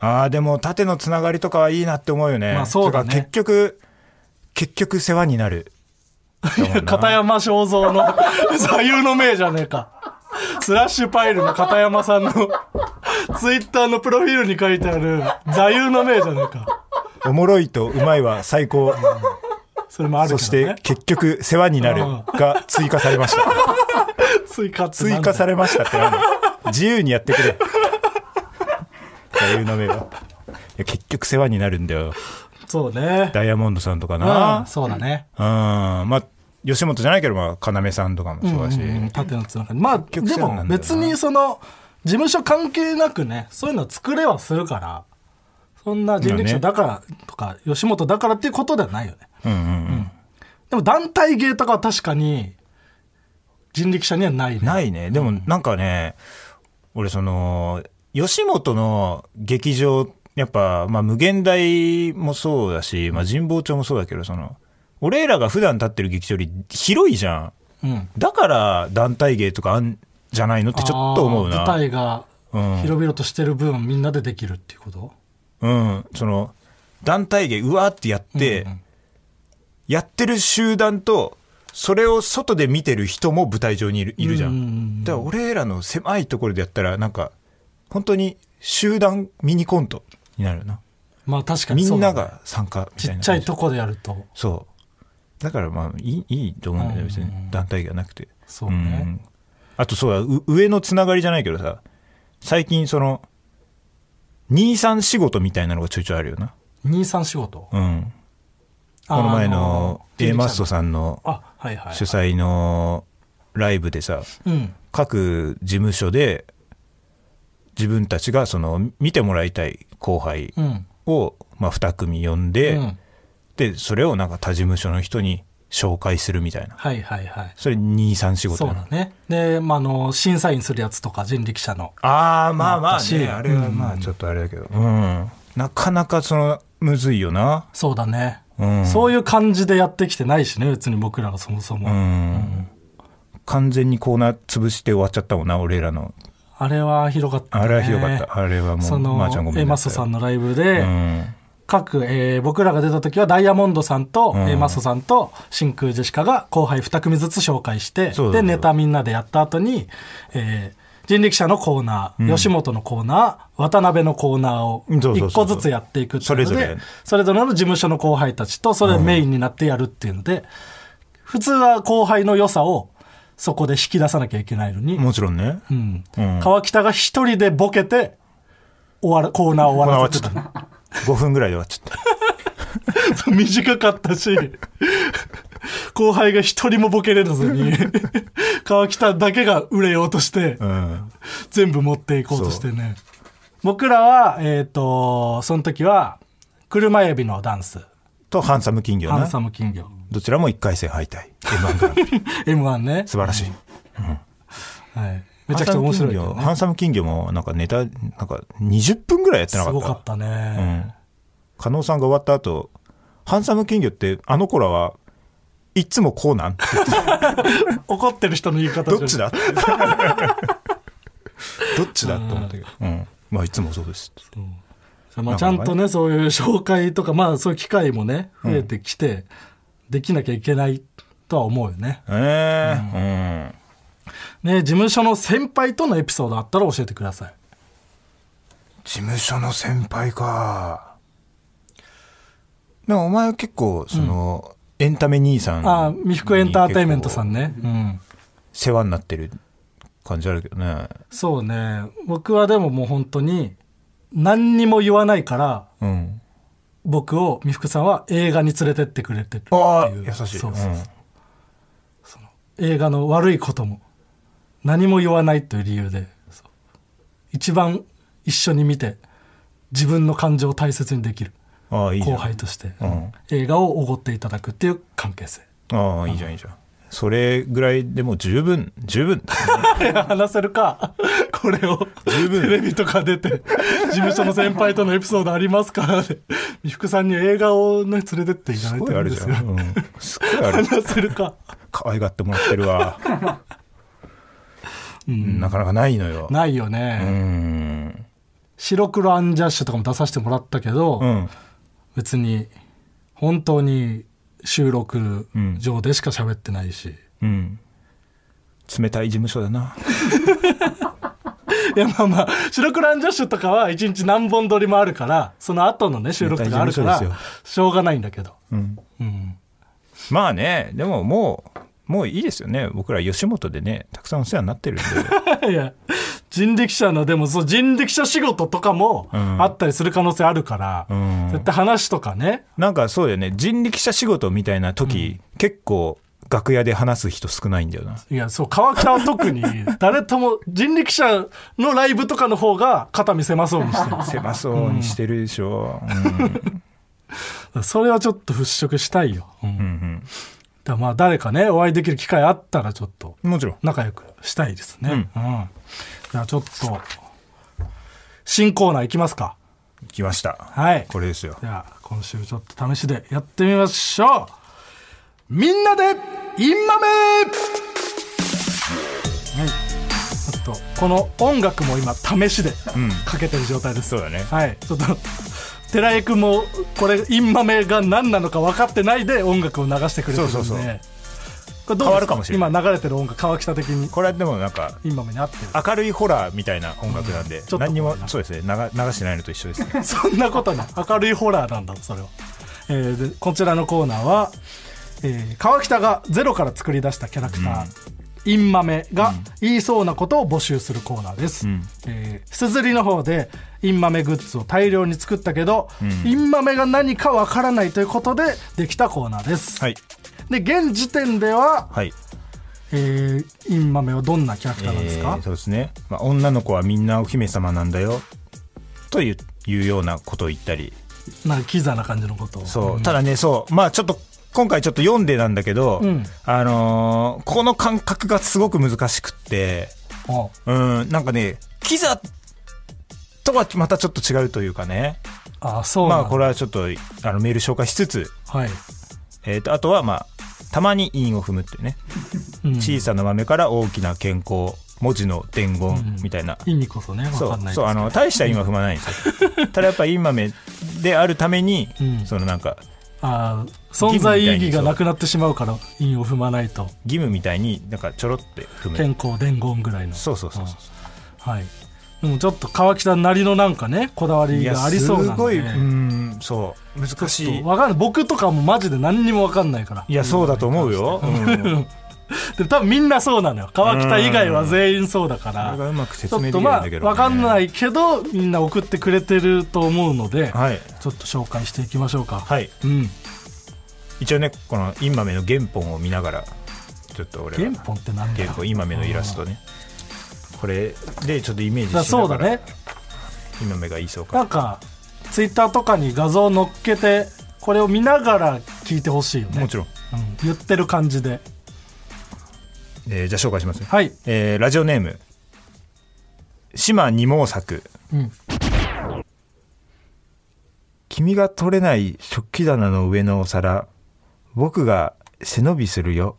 S2: ああ、でも縦のつながりとかはいいなって思うよね。
S3: まあそうだね
S2: てか結局、結局世話になる。だもんな
S3: 片山正蔵の [LAUGHS] 座右の銘じゃねえか。スラッシュパイルの片山さんのツイッターのプロフィールに書いてある座右の銘じゃねえか。
S2: おもろいとうまいは最高。
S3: それもある
S2: そ
S3: け
S2: し
S3: どね
S2: て。結局世話になるが追加されま
S3: [LAUGHS]
S2: した。
S3: 追加ってな
S2: 追
S3: んだ
S2: 加されましたってなんだよ自由にやってくれ。座右の銘は。いや結局世話になるんだよ。
S3: そうね。
S2: ダイヤモンドさんとか
S3: ああ、
S2: な。
S3: そうだね。
S2: うん。まあ、吉本じゃないけど、まあ、要さんとかもそうだし。
S3: うん縦のつながり。まあ、で
S2: 局そうなんだよな
S3: も別にその、事務所関係なくね、そういうのは作れはするから、そんな人力
S2: まあ
S3: 車
S2: ね
S3: だからとか、吉本だからっていうことではないよね。
S2: うんうん
S3: でも団体芸とかは確かに、人力車にはないね。
S2: うん。ないね。でもなんかね、俺その、吉本の劇場、やっぱ、まあ、無限大もそうだし、まあ、神保町もそうだけど、その、俺らが普段立ってる劇場より広いじゃん。
S3: うん。
S2: だから団体芸とかあんじゃないのってちょっと思うな。
S3: あー舞台が
S2: うん
S3: 広々としてる分、みんなでできるっていうこと
S2: うん、その、団体芸、うわーってやって、やってる集団と、それを外で見てる人も舞台上にいるいるじゃん。
S3: うんうんうん
S2: だから俺らの狭いところでやったら、なんか、本当に集団ミニコントになるよな。
S3: まあ確かに
S2: み
S3: そうん
S2: な
S3: だね
S2: が参加み
S3: ち
S2: たい
S3: っ
S2: な。
S3: ちゃいとこでやると。
S2: そう。だからまあ、いい、いいと思うんだよね、別に。団体芸はなくて。
S3: そうね
S2: んあとそうだ、う上のつながりじゃないけどさ、最近その、二三仕事みたいなのがちょいちょいあるよな。
S3: 二三仕事。
S2: うん。
S3: あ
S2: この前の
S3: あの
S2: A マストさんの
S3: あ、はいはい。
S2: 主催のライブでさ、
S3: うん。
S2: 各事務所で自分たちがその見てもらいたい後輩
S3: うん。
S2: をまあ2組呼んで、
S3: うん
S2: で、それをなんか他事務所の人に紹介するみたいな。
S3: はいはいはい。
S2: それ2、3仕事
S3: そう
S2: なの
S3: だね。で、まあ、あの、審査員するやつとか人力車の。
S2: ああ、まあまあ
S3: まあ
S2: ね、あれはまあちょっとあれだけど。うん。なかなかその、むずいよな。
S3: そうだね。
S2: うん。
S3: そういう感じでやってきてないしね、別に僕らがそもそも。
S2: うん。完全にコーナー潰して終わっちゃったもんな、俺らの。
S3: あれはひどかった、ね。
S2: あれはひどかった。あれはも、
S3: そうの、
S2: まーちゃんごめ
S3: え
S2: ん
S3: マ
S2: な
S3: スト
S2: さい。
S3: さんのライブで、
S2: うん。
S3: 各、えー僕らが出た時はダイヤモンドさんと、
S2: ん
S3: えーマストさんと真空ジェシカが後輩2組ずつ紹介して
S2: そうだ
S3: で
S2: よ
S3: ネタみんなでやった後に、えー人力車のコーナー、吉本のコーナー渡辺のコーナーを
S2: うんそうそうそう
S3: 1個ずつやっていくっていうので
S2: それぞれ
S3: それぞれの事務所の後輩たちとそれメインになってやるっていうので、普通は後輩の良さをそこで引き出さなきゃいけないのに、
S2: もちろんね。
S3: うん
S2: うん
S3: 川北が一人でボケて終わらコーナーを終わらせてたの
S2: 5分ぐらいで終わっちゃっ
S3: [LAUGHS] 短かったし、 [LAUGHS] 後輩が一人もボケれずに、 [LAUGHS] 川北だけが売れ [LAUGHS] ようとして、
S2: た。うん。
S3: 全部持っていこうとしてね。僕らは、えっ、と、その時は、車エビのダンス、
S2: と、ハンサム金魚
S3: ハ
S2: な
S3: ン。サム金魚、
S2: どちらも1回戦敗退。M1
S3: [LAUGHS]
S2: グランプリ
S3: M1 ね。
S2: 素晴らしい。
S3: はい。めちゃくちゃ面白いけどね、
S2: ハンサム金魚も、なんかネタ、なんか20分ぐらいやってな
S3: す
S2: かっ
S3: ご
S2: た。
S3: かった
S2: う
S3: ね。
S2: ん。加納さんが終わった後、ハンサム金魚って、あの頃は、いつもこうなん
S3: 怒ってる人の言い方
S2: どっち
S3: だ [LAUGHS]
S2: だどっちだと思ったけど。うん。まあ、いつもそうです。
S3: まあ、ちゃんとね、そういう紹介とか、まあ、そういう機会もね、増えてきて、できなきゃいけないとは思うよね。
S2: ええうん。
S3: ね、事務所の先輩とのエピソードあったら教えてください。
S2: 事務所の先輩か。でもお前は結構その、エンタメ兄さん
S3: あー未服エンターテインメントさん
S2: に
S3: ね。うん。
S2: 結構世話になってる感じあるけどね
S3: そうね。僕はでももう本当に、何にも言わないから、
S2: うん
S3: 僕を、美福さんは映画に連れてってくれてるっていう。
S2: ああ優しい
S3: そうそうそううん映画の悪いことも何も言わないという理由でそう一番一緒に見て自分の感情を大切にできる
S2: ああいいじゃ
S3: 後
S2: ん
S3: 輩として、
S2: うん
S3: 映画をおごっていただくっていう関係性
S2: ああいいじゃんいいじゃんそれぐらいでもう十分十分
S3: 話せるか [LAUGHS] これを
S2: 十分
S3: テレビとか出て事務所の先輩とのエピソードありますから
S2: [LAUGHS]
S3: で美福さんに映画を、ね、連れてっていただ
S2: す
S3: い
S2: ご
S3: て
S2: いある
S3: るんで
S2: じ
S3: す
S2: ゃ
S3: よ
S2: ん、うん、すごいある
S3: 話せ
S2: [LAUGHS]
S3: るか
S2: 可愛がってもらってるわ、うんなかなかないのよ
S3: ないよね、
S2: うん
S3: 白黒アンジャッシュとかも出させてもらったけど、
S2: うん
S3: 別に本当に収録上でしか喋ってな
S2: [LAUGHS]
S3: いし、
S2: うん冷たい事務所だない
S3: やまあまあ白黒アンジャッシュとかは一日何本撮りもあるからその後のね収録とかあるか
S2: 絶対事務所で
S3: らしょうがないんだけど、
S2: うん
S3: うん、
S2: まあねでももうもういいですよね僕ら吉本でねたくさんお世話になって
S3: [LAUGHS]
S2: るんで
S3: いや人力車のでもそう人力車仕事とかも
S2: うん
S3: あったりする可能性あるから、
S2: うん
S3: 絶対話とかね
S2: なんかそうだよね人力車仕事みたいな時、結構楽屋で話す人少ないんだよない
S3: やそう川北は特に誰とも人力車のライブとかの方が肩見せまそうにしてる
S2: 狭そうにしてるでしょ、うん
S3: それはちょっと払拭したいよ、うん
S2: うんうん
S3: だからまあ誰かねお会いできる機会あったらちょっと [LAUGHS]
S2: もちろん
S3: 仲良くしたいですねうん、じゃあちょっと新コーナーいきますか
S2: 来ました
S3: はい
S2: これですよ
S3: じゃあ今週ちょっと試しでやってみましょうみんなでインマメはいちょっとこの音楽も今試しで
S2: ん
S3: かけてる状態です、
S2: そうだね
S3: はいちょっと寺井君もこれインマメが何なのか分かってないで音楽を流してくれてるんで
S2: そうそうそう
S3: これどうです
S2: 変わるかもしれない
S3: 今流れてる音楽川北的に
S2: これはでもなんか
S3: インマメに合ってる
S2: 明るいホラーみたいな音楽なんで、
S3: ちょっと
S2: 何にもそうですね流流してないのと一緒ですね
S3: [LAUGHS] そんなことない。明るいホラーなんだ、それは。えーでこちらのコーナーは、えー川北がゼロから作り出したキャラクター、インマメが言いそうなことを募集するコーナーです。
S2: ん
S3: えー、すずりの方で、インマメグッズを大量に作ったけど、
S2: ん
S3: インマメが何かわからないということでできたコーナーです。
S2: はい
S3: で、現時点では、
S2: はい
S3: えーインマメはどんなキャラクターなんですか
S2: えー、そうですね、まあ、女の子はみんなお姫様なんだよといういうようなことを言ったり
S3: なんかキザな感じのことを。
S2: そう、ただねそうまあちょっと今回ちょっと読んでなんだけど、
S3: うん
S2: あのーこの感覚がすごく難しくって
S3: お
S2: うんなんかねキザとはまたちょっと違うというかね
S3: あ、そう
S2: ま
S3: なん
S2: あ
S3: だ
S2: これはちょっとあのメール紹介しつつ、
S3: はい。
S2: えー、とあとはまあたまに韻を踏むっていうね、
S3: うん
S2: 小さな豆から大きな健康文字の伝言
S3: ん
S2: みたいな、
S3: 意味こそね、わ
S2: そ
S3: か
S2: う
S3: んないですけ
S2: そう
S3: ど
S2: あの大した韻は踏まないんですよ
S3: [LAUGHS]
S2: ただやっぱ韻豆であるために、
S3: うん
S2: そのなんか
S3: あー存在意義がなくなってしまうから韻を踏まないと
S2: 義務みたいになんかちょろって踏む
S3: 健康伝言ぐらいの
S2: そうそうそうそう
S3: はいでもちょっと川北なりのなんかねこだわり
S2: いや
S3: がありそう
S2: す
S3: なん
S2: ご
S3: で
S2: いうんそう難しい
S3: わかんない僕とかもマジで何にもわかんないから
S2: いやそうだと思うよ、うんこ
S3: [LAUGHS] でも多分みんなそうなのよ川北以外は全員そうだか
S2: れが
S3: ら
S2: うまく説
S3: ちょ
S2: 明できな
S3: っと
S2: いん
S3: まあ
S2: だけど、ね、
S3: わかんないけどみんな送ってくれてると思うので、
S2: はい
S3: ちょっと紹介していきましょうか
S2: はい
S3: うん
S2: 一応ねこのインマメの原本を見ながらちょっと俺
S3: 原
S2: は
S3: 本ってなんだ
S2: 原
S3: よ
S2: 本インマメのイラストねこれでちょっとイメージし
S3: だから
S2: な
S3: そう
S2: が
S3: だ
S2: ら
S3: ね
S2: インマメが言いそうか
S3: なんかツイッターとかに画像載っけてこれを見ながら聞いてほしいよね
S2: もちろん、
S3: うん言ってる感じで
S2: えーじゃあ紹介しますね
S3: はい、
S2: えーラジオネーム島二毛作
S3: うん、
S2: 君が取れない食器棚の上のお皿僕が背伸びするよ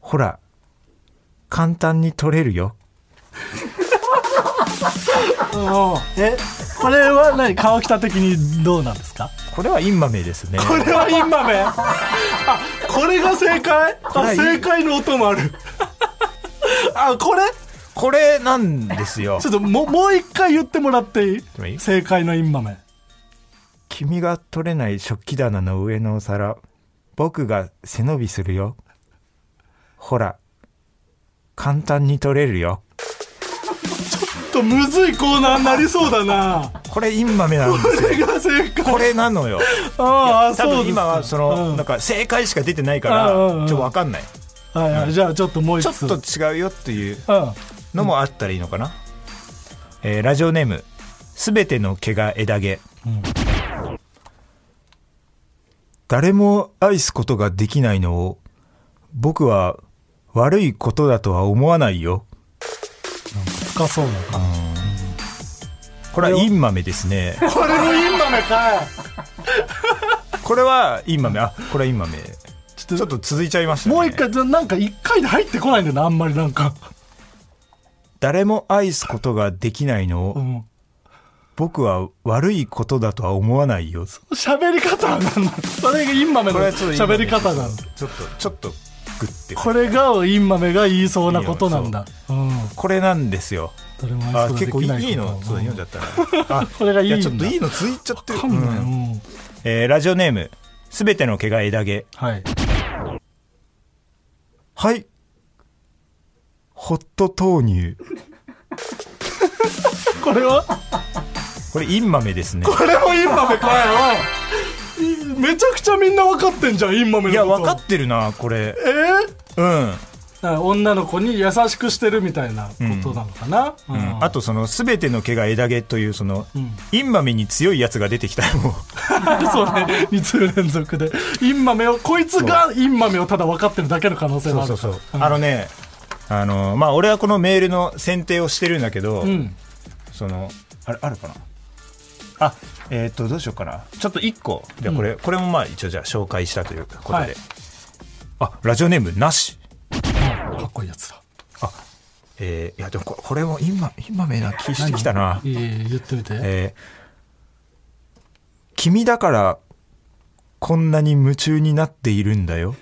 S2: ほら簡単に取れるよ
S3: えこれは何川北的にどうなんですか
S2: これはインマメですね
S3: これはインマメあこれが正解
S2: れは
S3: あ
S2: いい
S3: 正解の音もあるあこれ
S2: これなんですよ
S3: [LAUGHS] ちょっとももう一回言ってもらっていい
S2: もいい
S3: 正解のインマメ
S2: 君が取れない食器棚の上のお皿僕が背伸びするよほら簡単に取れるよ
S3: とむずいコーナーになりそう
S2: [LAUGHS]
S3: だな
S2: これインマメなんで
S3: これが正
S2: す
S3: 解
S2: これなのよ
S3: [LAUGHS] ああ
S2: 多
S3: そう
S2: 分
S3: です
S2: 今はその、
S3: うん
S2: なんか正解しか出てないか
S3: うんうんう
S2: ら
S3: ん
S2: ちょっと分かんない
S3: はいはいじゃあちょっともう一
S2: ちょ
S3: つ
S2: っと違うよっていう
S3: うん
S2: のもあったらいいのかな、えーラジオネーム「すべての毛が枝毛」誰も愛すことができないのを僕は悪いことだとは思わないよ
S3: 深そうな感じ
S2: これはインマメです
S3: [LAUGHS]
S2: ね
S3: これもインマメかい
S2: これはインマメあこれはインマメ
S3: ちょっ
S2: ちょ
S3: と
S2: っと続いちゃいましたね
S3: もう一回じゃあなんか一回で入ってこないんだよなあんまりなんか
S2: 誰も愛すことができないの
S3: う
S2: を
S3: ん
S2: 僕は悪いことだとは思わないよ
S3: 喋り方は何なのそれがインマメの
S2: これはちょっとインマメ
S3: 喋り方なの
S2: ちょっとちょっとグッて
S3: これがインマメが言いそうなことなんだうん
S2: これなんですよ
S3: どれも
S2: あ
S3: 愛想がで
S2: 結構い
S3: きない
S2: いいの
S3: こと
S2: そう
S3: うん
S2: 読んじゃったなあ
S3: [LAUGHS] これがいいんだ
S2: やちょっといいのついちゃってる
S3: わかんない
S2: うん
S3: うん
S2: えーラジオネームすべての毛が枝毛
S3: はい
S2: はいホット豆乳
S3: これは
S2: これインマメですね
S3: これもインマメかよおいめちゃくちゃみんな分かってんじゃんインマメのこと
S2: いや分かってるなこれ
S3: えー
S2: うん、
S3: だから女の子に優しくしてるみたいなことなのかな、
S2: う
S3: う
S2: んん、あとその「すべての毛が枝毛」というその、
S3: ん
S2: インマメに強いやつが出てきたよもう
S3: そうね2通連続でインマメをこいつがインマメをただ分かってるだけの可能性
S2: そ
S3: も
S2: う
S3: ある
S2: そうそう、
S3: ん
S2: あのねあのまあ俺はこのメールの選定をしてるんだけど、
S3: うん
S2: そのあれあるかなあえっ、とどうしようかなちょっと1個じゃあこれ、これもまあ一応じゃあ紹介したということで、
S3: はい
S2: あラジオネームなし
S3: かっこいいやつだ
S2: えーいやでもここれも今今めな気してきたない
S3: いい言ってみて、
S2: えー君だからこんなに夢中になっているんだよ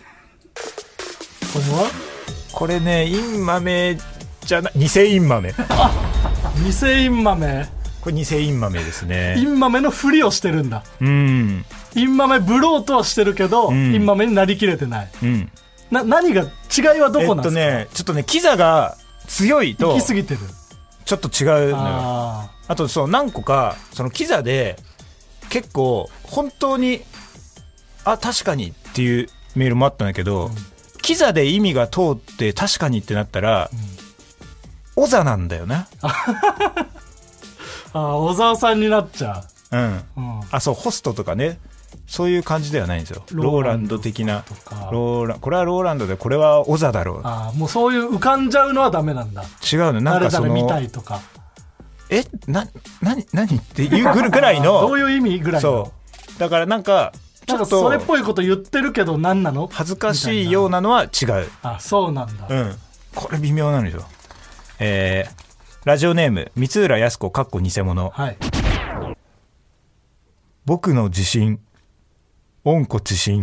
S3: これは
S2: これねインマメじゃない偽インマメ
S3: 偽インマメ
S2: これ偽インマメです
S3: イ
S2: ね
S3: ンマメのふりをしてるんだ
S2: うん
S3: インマメブローとはしてるけど、
S2: ん
S3: インマメになりきれてない
S2: うん
S3: な何が違いはど
S2: え
S3: こ
S2: っ
S3: なん
S2: と
S3: ですか、
S2: ねちょっとねキザが強い
S3: 行
S2: と
S3: き過ぎてる
S2: ちょっと違うのよあ
S3: ああ
S2: とそう何個かそのキザで結構本当にあ確かにっていうメールもあったんだけど、キザで意味が通って確かにってなったら、オザなんだよな
S3: ああ小沢さんになっちゃ
S2: うん
S3: う、うん、
S2: あそうホストとかねそういう感じではないんですよロ
S3: ロ
S2: ー
S3: ー
S2: ラ
S3: ラ
S2: ン
S3: ン
S2: ド
S3: ド
S2: 的な
S3: とか
S2: ローランこれはローランドでこれはオザだろう
S3: ああもうそういう浮かんじゃうのはダメなんだ
S2: 違うのなん
S3: 誰
S2: かそ
S3: 々見た
S2: の
S3: いとか
S2: えな何何っていうぐらい
S3: [LAUGHS]
S2: の
S3: どういう意味ぐらいの
S2: そうだからなんかち
S3: なん
S2: ょ
S3: か
S2: っと
S3: それっぽいこと言ってるけど何なの
S2: 恥ずかしいようなのは違う
S3: あそうなんだ、
S2: うんこれ微妙なのよえーラジオネーム三浦靖子かっこ偽物
S3: はい
S2: 僕の自信温故知新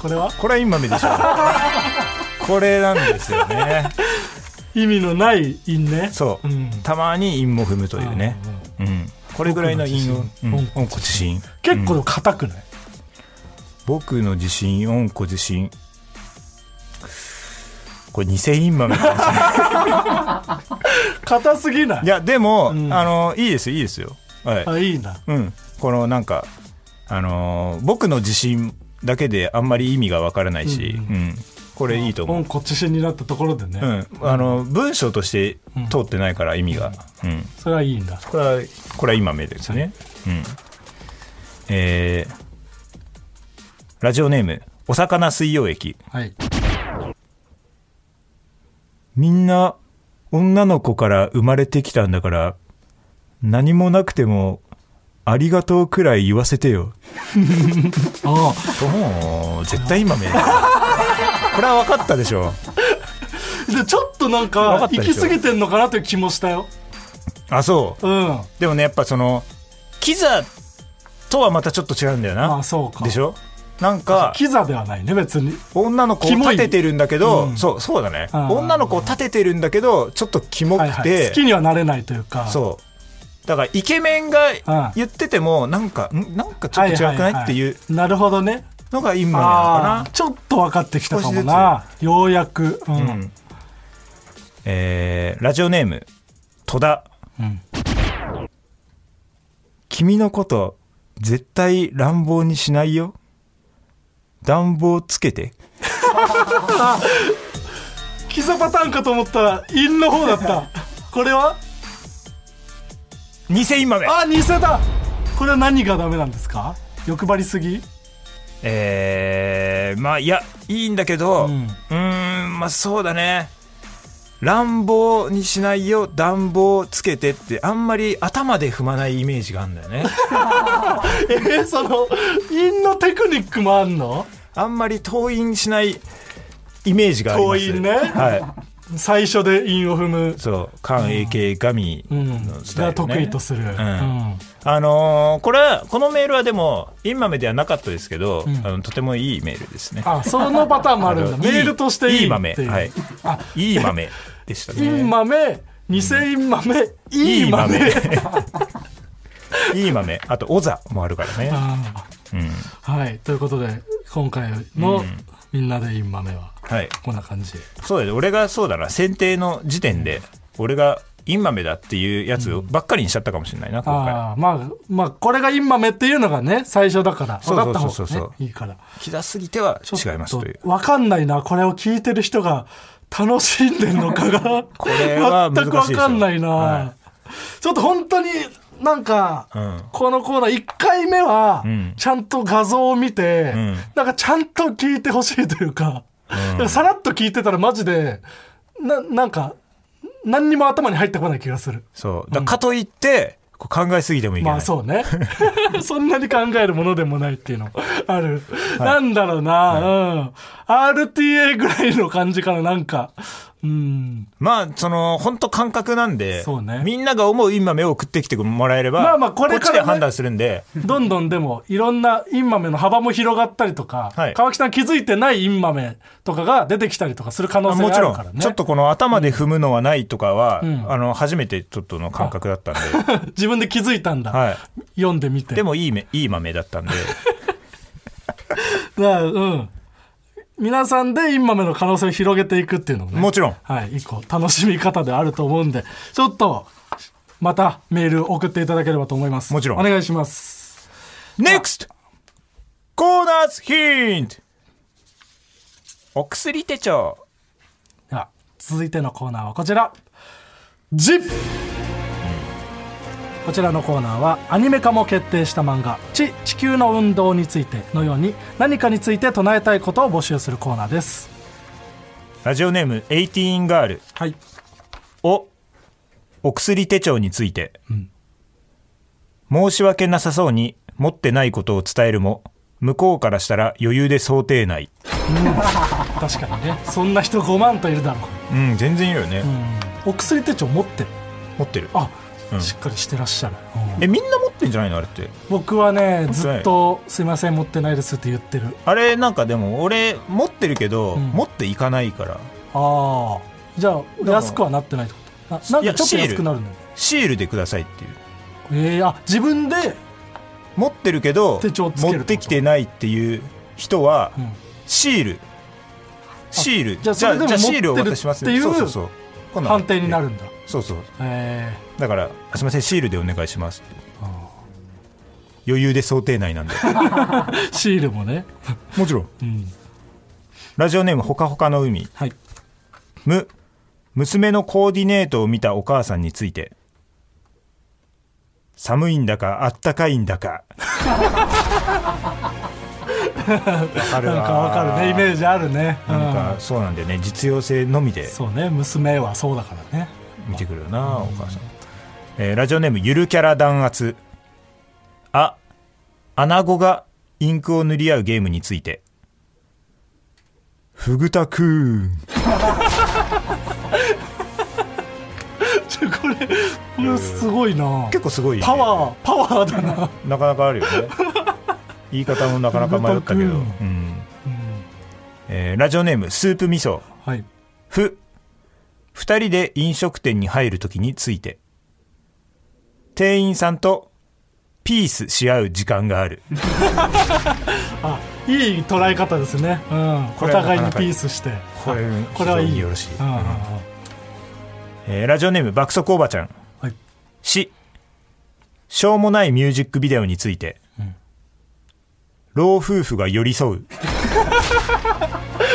S3: これは
S2: これはインマメでしょ
S3: [LAUGHS]
S2: これなんですよね
S3: 意味のない因ね
S2: そう、
S3: ん
S2: たまに韻も踏むというね、うんこれぐらいの韻を
S3: 僕
S2: うん
S3: の自信
S2: 音自信
S3: 結構硬くない、
S2: 僕の自信音こ自信これ偽韻マメかもし [LAUGHS] れない
S3: 硬すぎない
S2: いやでも、あのいいですよいいですよはい、
S3: あいいな
S2: うんこのなんかあのー僕の自信だけであんまり意味がわからないし、うんこれいいと思う
S3: 本こっちになったところでね、
S2: うん、あの文章として通ってないから意味が、うん
S3: それはいいんだ
S2: これはこれは今目ですね、うんえーラジオネーム「お魚水溶液
S3: はい」
S2: みんな女の子から生まれてきたんだから何もなくてもありがとうくらい言わせてよ
S3: [LAUGHS] あ
S2: もう絶対今目これは分かったでしょ
S3: あでちょっとなん
S2: わか
S3: か
S2: った
S3: 行
S2: でしょ
S3: き過ぎてんのかなという気もしたよ
S2: あそ
S3: うんあ
S2: うでもねやっぱそのキザとはまたちょっと違うんだよな
S3: あそうか
S2: でしょなんか
S3: キザではないね別に
S2: 女の子を
S3: キモ
S2: 立
S3: い
S2: ててるんだけど、
S3: うん
S2: そうそうだね
S3: あー
S2: 女の子を立ててるんだけどちょっとキモくて、
S3: はいはい、好きにはなれないというか
S2: そだからイケメンが言っててもなんか、んなんかちょっと違くないっていう
S3: なるほどね
S2: のが今なの
S3: あ
S2: か
S3: ーちょっと分かってきたかもなようやく、うん
S2: な、うんえーラジオネーム戸田、
S3: うん
S2: 君のこと絶対乱暴にしないよ暖房つけて
S3: 基礎パターンかと思ったら陰の方だった [LAUGHS] これは
S2: 偽インマメ
S3: あ偽だこれは何がダメなんですか欲張りすぎ
S2: えー、まあいやいいんだけどう
S3: うん
S2: ーんまあそうだね乱暴にしないよ暖房つけてってあんまり頭で踏まないイメージがあるんだよ
S3: [LAUGHS]
S2: ね
S3: えー、その陰のテクニックもあんの
S2: あんまり党員しないイメージがあります
S3: 党飲ね
S2: は
S3: 最初で陰を踏む
S2: い、そう関英系ガミ
S3: うん
S2: のスタイ
S3: が
S2: ル、ね
S3: 得意とする、うん
S2: んあのーこれはこのメールはでもインマメではなかったですけど、
S3: ん
S2: あのとてもいいメールですね
S3: あそのパター [LAUGHS] ンもあるんだ
S2: あのいい
S3: メールとしていい
S2: いい豆
S3: ってう
S2: はい
S3: あ
S2: いい豆でしたね
S3: 陰豆偽陰豆、い
S2: い
S3: い
S2: い
S3: 豆 [LAUGHS]
S2: 豆。いい豆。あと、オザもあるからね。
S3: あ
S2: うん。
S3: ーはいということで今回の、
S2: うん
S3: みんなで陰豆は
S2: はい。
S3: こんな感じ
S2: そうだよね。俺がそうだな。選定の時点で、俺が、インマメだっていうやつばっかりにしちゃったかもしれないな、今回。
S3: ああまあまあこれが陰豆っていうのがね最初だから
S2: そ
S3: 分
S2: う
S3: か
S2: そう
S3: った
S2: そう
S3: 方
S2: そう
S3: が、ね、いいから
S2: 気だすぎては違いますという。
S3: 分かんないなこれを聞いてる人が楽しんでるのかが
S2: [LAUGHS] これは難しいですよ
S3: 全く分かんないな、
S2: は
S3: ちょっと本当になんか、
S2: うん
S3: このコーナー1回目は
S2: うん
S3: ちゃんと画像を見て、
S2: ん
S3: なんかちゃんと聞いてほしいというか,、さらっと聞いてたらマジでななんか何にも頭に入ってこない気がする
S2: そう。だかといって、こう考えすぎてもいけない。
S3: まあそうね [LAUGHS] そんなに考えるものでもないっていうのある、なんだろうな、うん RTA ぐらいの感じからなんかうん
S2: まあ、その、本当感覚なんで、
S3: そうね
S2: みんなが思うインマメを送ってきてもらえれば、
S3: まあまあこれからね
S2: っちで判断するんで、
S3: どんどんでもいろんなインマメの幅も広がったりとか、
S2: はい
S3: 川木さん気づいてないインマメとかが出てきたりとかする可能
S2: あ
S3: 性
S2: も
S3: が
S2: ち
S3: あ
S2: ろ
S3: るからね
S2: ん、ちょっとこの頭で踏むのはないとかは、
S3: ん
S2: あの、初めてちょっとの感覚だったん
S3: [LAUGHS]
S2: で、
S3: 自分で気づいたんだ、
S2: はい。
S3: 読んでみて
S2: でもいいめいい豆だったんで
S3: だからうん皆さんでインマメの可能性を広げていくっていうのもね
S2: もちろん
S3: はい、一個楽しみ方であると思うんで、ちょっと、またメール送っていただければと思います。
S2: もちろん
S3: お願いします。
S2: NEXT コーナーズヒントお薬手帳
S3: では、続いてのコーナーはこちら。ジップこちらのコーナーはアニメ化も決定した漫画「地地球の運動について」のように何かについて唱えたいことを募集するコーナーです
S2: ラジオネーム18ガール
S3: はい
S2: をお薬手帳について、申し訳なさそうに持ってないことを伝えるも向こうからしたら余裕で想定内
S3: 確かにねそんな人5万といるだろ
S2: うん全然いいよね、
S3: う、うん、お薬手帳持ってる
S2: 持ってる
S3: あ、
S2: うん
S3: しっかりしてらっしゃる、
S2: えみんな持ってんじゃないのあれって
S3: 僕はね
S2: い
S3: ずっと「すいません持ってないです」って言ってる
S2: あれなんかでも俺持ってるけど、
S3: ん
S2: 持っていかないから
S3: ああじゃあ
S2: ら
S3: 安くはなってないってことななん
S2: い
S3: か
S2: や
S3: ちょっと
S2: シール
S3: 安くなるんだよね
S2: シールでくださいっていう
S3: えー、あ自分で、
S2: 持ってるけど
S3: 手帳つけるってこと
S2: 持ってきてないっていう人は、
S3: うん
S2: シールシール
S3: じゃあそれでも
S2: シールを
S3: 持って
S2: 渡
S3: る
S2: します
S3: っていう
S2: そうそうそう今度は
S3: 判定になるんだ
S2: そうそう
S3: え
S2: だから「すいませんシールでお願いします」って余裕で想定内なんで
S3: ー、シール [LAUGHS] もね
S2: もちろん、ラジオネームほかほかの海
S3: はい
S2: む娘のコーディネートを見たお母さんについて寒いんだかあったかいんだかわかる
S3: なん
S2: わ
S3: かわかるねイメージあるね
S2: なん
S3: う
S2: か
S3: ん
S2: そうなんだよね実用性のみで
S3: そうね娘はそうだからね
S2: 見てくるよなお母さん、えーラジオネームゆるキャラ弾圧あ穴子がインクを塗り合うゲームについてふぐたくーん
S3: ちょこれこれすごいな
S2: 結構すごいよね
S3: パワーパワーだな
S2: なかなかあ
S3: [LAUGHS]
S2: るよね言い方もなかなか迷ったけど、
S3: ふ
S2: う
S3: ぐたくー
S2: んえーラジオネームスープ味噌
S3: はい
S2: ふ二人で飲食店に入るときについて店員さんとピースし合う時間がある
S3: いい捉え方ですね、うん、お
S2: これは
S3: 互いにピースして
S2: これ
S3: あ [LAUGHS] これはい
S2: 非常
S3: い
S2: によろしい
S3: うんうんうん
S2: えーラジオネーム爆速おばちゃん、
S3: はい
S2: ししょうもないミュージックビデオについて、老夫婦が寄り添う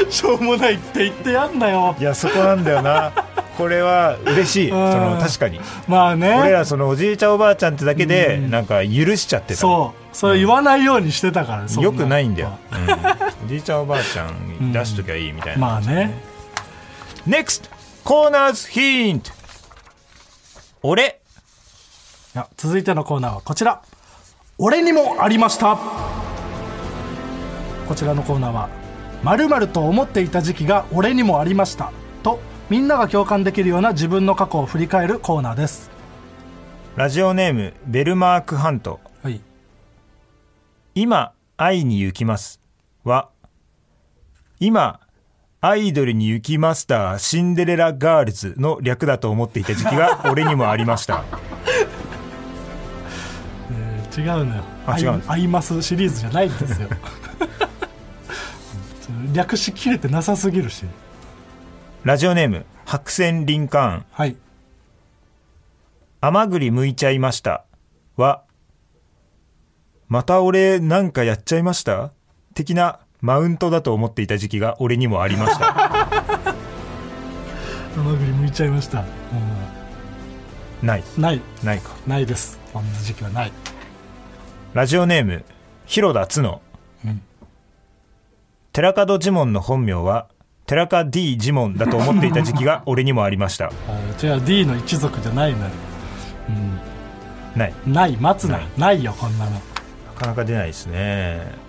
S3: しょうもないって言ってやんなよ
S2: いやそこなんだよ
S3: [LAUGHS]
S2: なこれは嬉しいその確かに
S3: まあね
S2: 俺らそのおじいちゃんおばあちゃんってだけでなんか許しちゃってた
S3: そうそれ言わないようにしてたから、そん
S2: よくないんだよ、うんおじいちゃんおばあちゃんに出しときゃいいみたいな、
S3: まあね
S2: NEXT コーナーズヒント俺
S3: いや続いてのコーナーはこちら俺にもありましたこちらのコーナーは「まると思っていた時期が俺にもありました」とみんなが共感できるような自分の過去を振り返るコーナーです
S2: ラジオネームベルマークハント
S3: はい
S2: 今会いに行きますは今アイドルに行きましたシンデレラガールズの略だと思っていた時期が俺にもありました
S3: えー違うのよ
S2: あ違うんです
S3: アイアイマスシリーズじゃないんで
S2: [LAUGHS]
S3: すよ略しきれてなさすぎるし
S2: ラジオネーム白線リンカーン
S3: はい
S2: 甘栗剥いちゃいましたはまた俺なんかやっちゃいました的なマウントだと思っていた時期が俺にもありました
S3: 甘栗向いちゃいました、
S2: ない
S3: うん、ない
S2: ないか
S3: ないですそんな時期はない
S2: ラジオネーム広田つの、寺門ジモンの本名は寺門 D ジモンだと思っていた時期が俺にもありました
S3: あうちは D の一族じゃないのよ、
S2: ない
S3: うん、ない待つな
S2: ない
S3: ないよこんなの
S2: なかなか出ないですね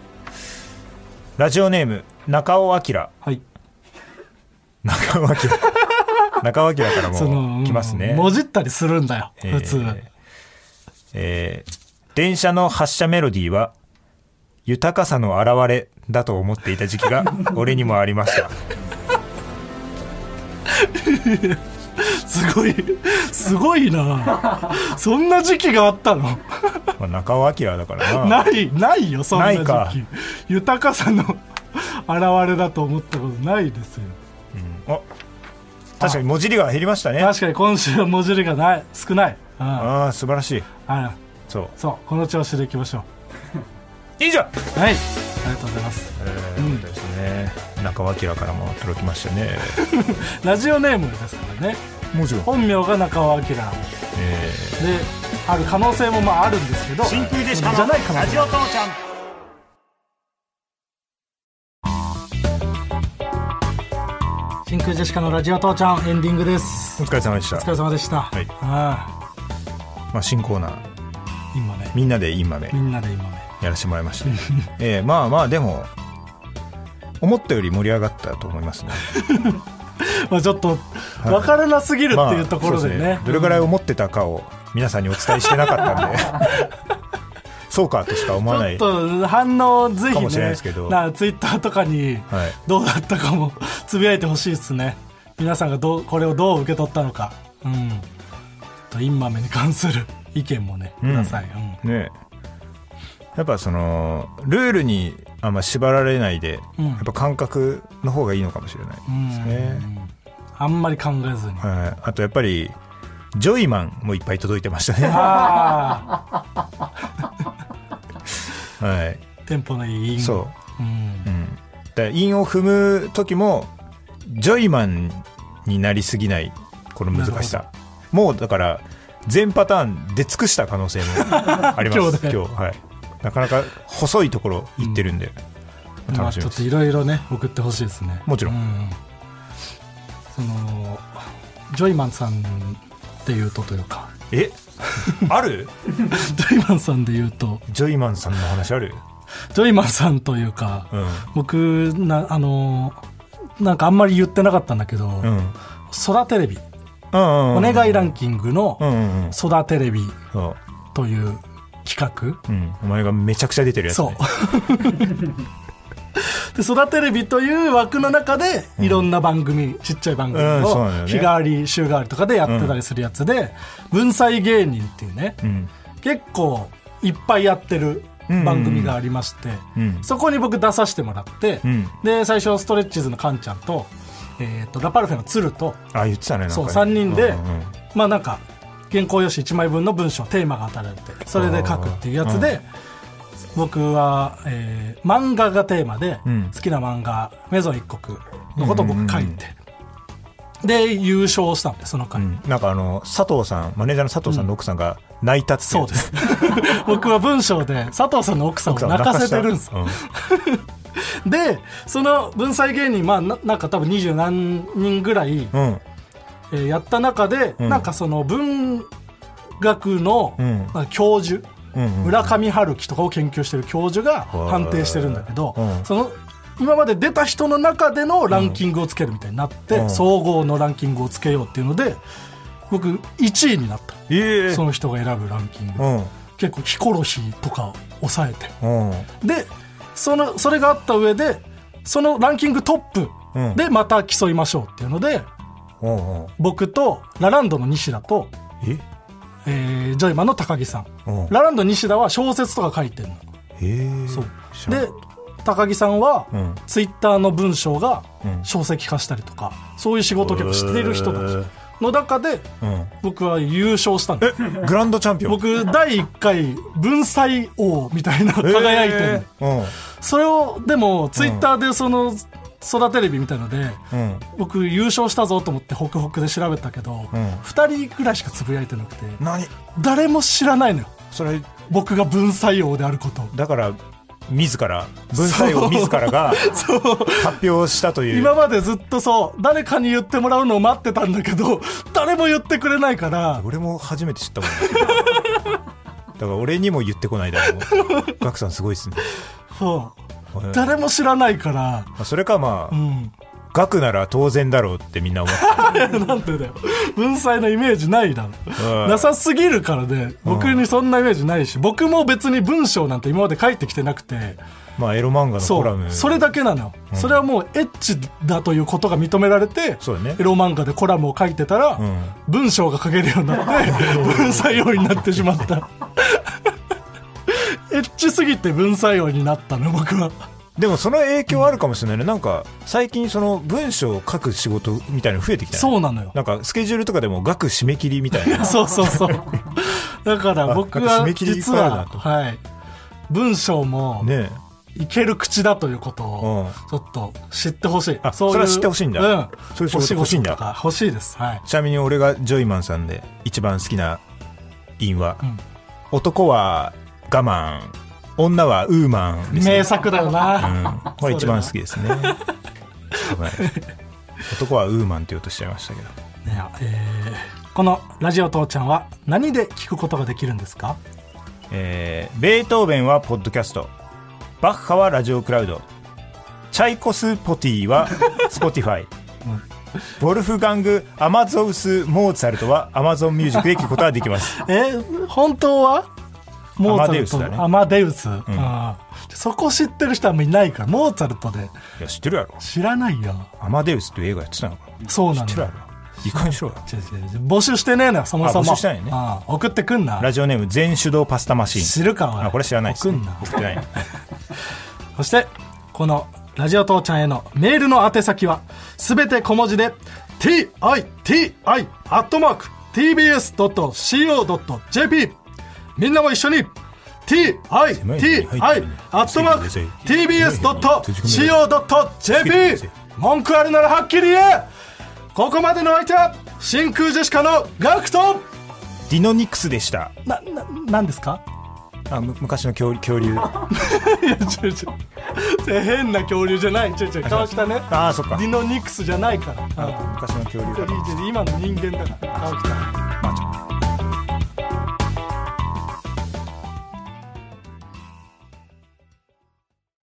S2: ラジオネーム中尾明
S3: はい
S2: 中尾明中尾明から
S3: その
S2: も来ますね
S3: うんもじったりするんだよ
S2: えー
S3: 普通、
S2: えー電車の発車メロディーは豊かさの表れだと思っていた時
S3: [LAUGHS]
S2: 期が俺にもありました
S3: すごいすごいなそんな時期があったの
S2: まあ中尾明だからな
S3: ないないよそんな
S2: ないか
S3: 時期豊かさの [LAUGHS] 現れだと思ったことないですよ
S2: あ確かに文字りが減りましたね
S3: 確かに今週はもじりがない少ない、うんあ
S2: ああ素晴らしいそう
S3: そうこの調子でいきましょ
S2: 以上、
S3: うはいありがとうございます
S2: えーそうですね中尾明からも届きましたね
S3: ラジオネームですからね
S2: もちろん、
S3: 本名が中尾明
S2: え
S3: である可能性もまああるんですけど真空でしかじゃない可能性も真空ジェシカのラジオ父ちゃんエンディングで
S2: ー
S3: す
S2: お疲れ様でした
S3: お疲れ様でした、
S2: はい
S3: あ
S2: まあ、新コーナー
S3: あ今ね
S2: みんなでいい豆
S3: みんなで今ね
S2: やらせてもらいました、 [LAUGHS] えーまあまあでも思ったより盛り上がったと思います
S3: [LAUGHS]
S2: ね
S3: まあちょっと分からなすぎるっていうところでね,、
S2: まあそうすどれぐらい思ってたかを皆さんにお伝えしてなか
S3: [LAUGHS]
S2: ったんで [LAUGHS] そうかとしか思わな
S3: ちょ
S2: い
S3: っと反応ぜ
S2: か
S3: ひ
S2: もしれない
S3: ね
S2: ですけど
S3: なツイッターとかに
S2: はい
S3: どうだったかも [LAUGHS] つぶやいてほしいですね皆さんがどうこれをどう受け取ったのかうんとインマメに関する意見もねください、うん
S2: ねやっぱそのルールにあんま縛られないで、
S3: うん
S2: やっぱ感覚の方がいいのかもしれないですね、
S3: あんまり考えずに、
S2: はい、あとやっぱりジョイマンもいっぱい届いてましたね
S3: [LAUGHS] あ
S2: は
S3: あテンポのいい、
S2: いそう
S3: ん
S2: う、うんだから韻を踏む時もジョイマンになりすぎないこの難しさもうだから全パターン出尽くした可能性もあります
S3: [LAUGHS] 今
S2: 今
S3: 日
S2: 日
S3: ね
S2: はいなかなか細いところ行ってるんで、
S3: まあ
S2: 楽しみ
S3: ち
S2: で
S3: ょっと
S2: す
S3: いろいろね送ってほしいですね
S2: もちろん
S3: うそのジョイマンさんっていうとというか [LAUGHS]
S2: え [LAUGHS] ある
S3: ジョイマンさんで言うと
S2: ジョイマンさんの話ある
S3: ジョイマンさんというか、
S2: うん。
S3: 僕なあのなんかあんまり言ってなかったんだけど、
S2: うん。
S3: 空テレビ、
S2: うん。
S3: お願いラ
S2: ン
S3: ンキングの
S2: うんうんうん。
S3: 空テレビ
S2: そ
S3: という企画、
S2: う。うん。お前がめちゃくちゃ出てるやつ、
S3: そ
S2: ね。
S3: う [LAUGHS] で育てレビという枠の中でいろんな番組、ちっちゃい番組
S2: うんそう
S3: を
S2: なんだよね
S3: 日替わり週替わりとかでやってたりするやつで、文才芸人っていうね、
S2: うん
S3: 結構いっぱいやってる番組がありまして、
S2: うん
S3: そこに僕出させてもらって、
S2: うん
S3: で最初ストレッチーズのカンちゃんと,、えーとラパルフェの鶴と、
S2: あ言ってたねなんかね
S3: そう3人で、
S2: うんうん
S3: まあなんか原稿用紙1枚分の文章テーマが与えられてそれで書くっていうやつで、僕は、えー漫画がテーマで、
S2: うん
S3: 好きな漫画「メゾン一国」のことを僕書いて、で優勝したんでその回、
S2: うんなんかあの佐藤さんマネージャーの佐藤さんの奥さんが泣いたってい
S3: そうです [LAUGHS] 僕は文章で佐藤さんの奥さんを
S2: 奥さんを
S3: 泣かせてるんですよ
S2: うん
S3: でその文才芸人まあななんか多分二十何人ぐらい、
S2: うん
S3: えーやった中で、
S2: うん
S3: なんかその文学の、
S2: うん
S3: まあ教授、
S2: うんうん
S3: 村上春樹とかを研究してる教授が
S2: うん
S3: 判定してるんだけど、
S2: うん
S3: その今まで出た人の中でのランキングをつけるみたいになって、
S2: うん
S3: 総合のランキングをつけようっていうので僕1位になった
S2: ええ
S3: その人が選ぶランキング、
S2: うん
S3: 結構ヒコロヒーとかを抑えて
S2: うん
S3: でそのそれがあった上でそのランキングトップでまた競いましょうっていうので、
S2: うんうん
S3: 僕とラランドの西田と、
S2: え
S3: えージョイマンの高木さん、
S2: うん
S3: ラランド西田は小説とか書いてるの
S2: へえそう
S3: で高木さんは、
S2: うん
S3: ツイッターの文章が
S2: うん
S3: 書籍化したりとか、そういう仕事を結構してる人たちの中で
S2: うん
S3: 僕は優勝したんです
S2: グランドチャンピオン
S3: 僕第1回文才王みたいな輝いてる、
S2: えー
S3: それをでもツイッターでその空テレビみたいので、
S2: うんうん
S3: 僕優勝したぞと思ってホクホクで調べたけど、
S2: うん
S3: 2人くらいしかつぶやいてなくて
S2: 何
S3: 誰も知らないのよ
S2: それ
S3: 僕が文才王であることを
S2: だから自ら文才を自らが発表したという
S3: 今までずっとそう誰かに言ってもらうのを待ってたんだけど誰も言ってくれないから
S2: 俺も初めて知ったもんだから俺にも言ってこないだろうガクさんすごいっすね、
S3: そう
S2: えー
S3: 誰も知らないから
S2: まあそれかまあ、
S3: うん [LAUGHS]
S2: ガクなら当然だろうってみんな思って
S3: なんでだよ文才のイメージないだ
S2: う
S3: ろ
S2: ん
S3: [LAUGHS] なさすぎるからね僕にそんなイメージないし僕も別に文章なんて今まで書いてきてなくて
S2: まあエロ漫画の
S3: そ
S2: コラム
S3: うそれだけなのよ、それはもうエッチだということが認められて
S2: そうだね
S3: エロ漫画でコラムを書いてたら、
S2: ん
S3: 文章が書けるようになって
S2: [LAUGHS]
S3: 文才王になってしまった [LAUGHS] エッチすぎて文才王になったの僕は
S2: でもその影響あるかもしれないね、なんか最近その文章を書く仕事みたいなの増えてきたね
S3: そうなのよ
S2: なんかスケジュールとかでもガク締め切りみた
S3: [LAUGHS]
S2: いな
S3: そうそうそうだから僕
S2: あ
S3: は
S2: 締め切りいっ
S3: 実
S2: ぱいあるな
S3: は、
S2: と
S3: はい、文章も
S2: ね
S3: いける口だということを
S2: う
S3: ちょっと知ってほしい
S2: あ
S3: ういう
S2: それは知ってほしいんだ
S3: うん、
S2: そういう仕事欲しいんだ
S3: お仕事とか欲しいですはい
S2: ちなみに俺がジョイマンさんで一番好きな韻は、
S3: ん
S2: 男は我慢女はウーマンですね
S3: 名作だよな、
S2: うんこれ一番好き
S3: [LAUGHS]
S2: ですね。はい男はウーマンって言おうとしちゃいましたけど。
S3: いやえーこの「ラジオ父ちゃん」は何で聞くことができるんですか
S2: えーベートーベンはポッドキャスト、バッハはラジオクラウド、チャイコス・ポティ
S3: [LAUGHS]
S2: はスポティファイ、ボルフガング・アマゾウス・モーツァルトはアマゾンミュージックで聞くことができ
S3: [LAUGHS]
S2: ます。
S3: えー本当はモーツァルト
S2: アマデウスだね
S3: アマデウス、あーそこ知ってる人はもういないからモーツァルトで
S2: いや、知ってるやろ。
S3: 知らないよ
S2: アマデウスっていう映画やってたのかな。
S3: そうなん
S2: 知
S3: だ
S2: ってるやろ。いかにしろよ。
S3: 違う違う違う募集してねえのよそもそも
S2: あ募集してないね
S3: あー送ってくんな
S2: ラジオネーム全手動パスタマシーン。
S3: 知るかおい
S2: あ、これ知らないです、
S3: 送んな
S2: 送ってない。
S3: そしてこの「ラジオ父ちゃん」へのメールの宛先はすべて小文字で TITI.tbs.co.jp みんなも一緒に TITI.tbs.co.jp 文句あるならはっきり言えここまでの相手は真空ジェシカのガクト
S2: ディノニクスでした。
S3: な、な、なんですか
S2: あ、む昔の恐竜恐
S3: [LAUGHS]
S2: 竜。
S3: いや、ちょちょ。変な恐竜じゃない。ちょちょ、川北ね。
S2: あーそっか
S3: ディノニクスじゃないから。
S2: 昔の恐竜
S3: うん今の人間だから、川北。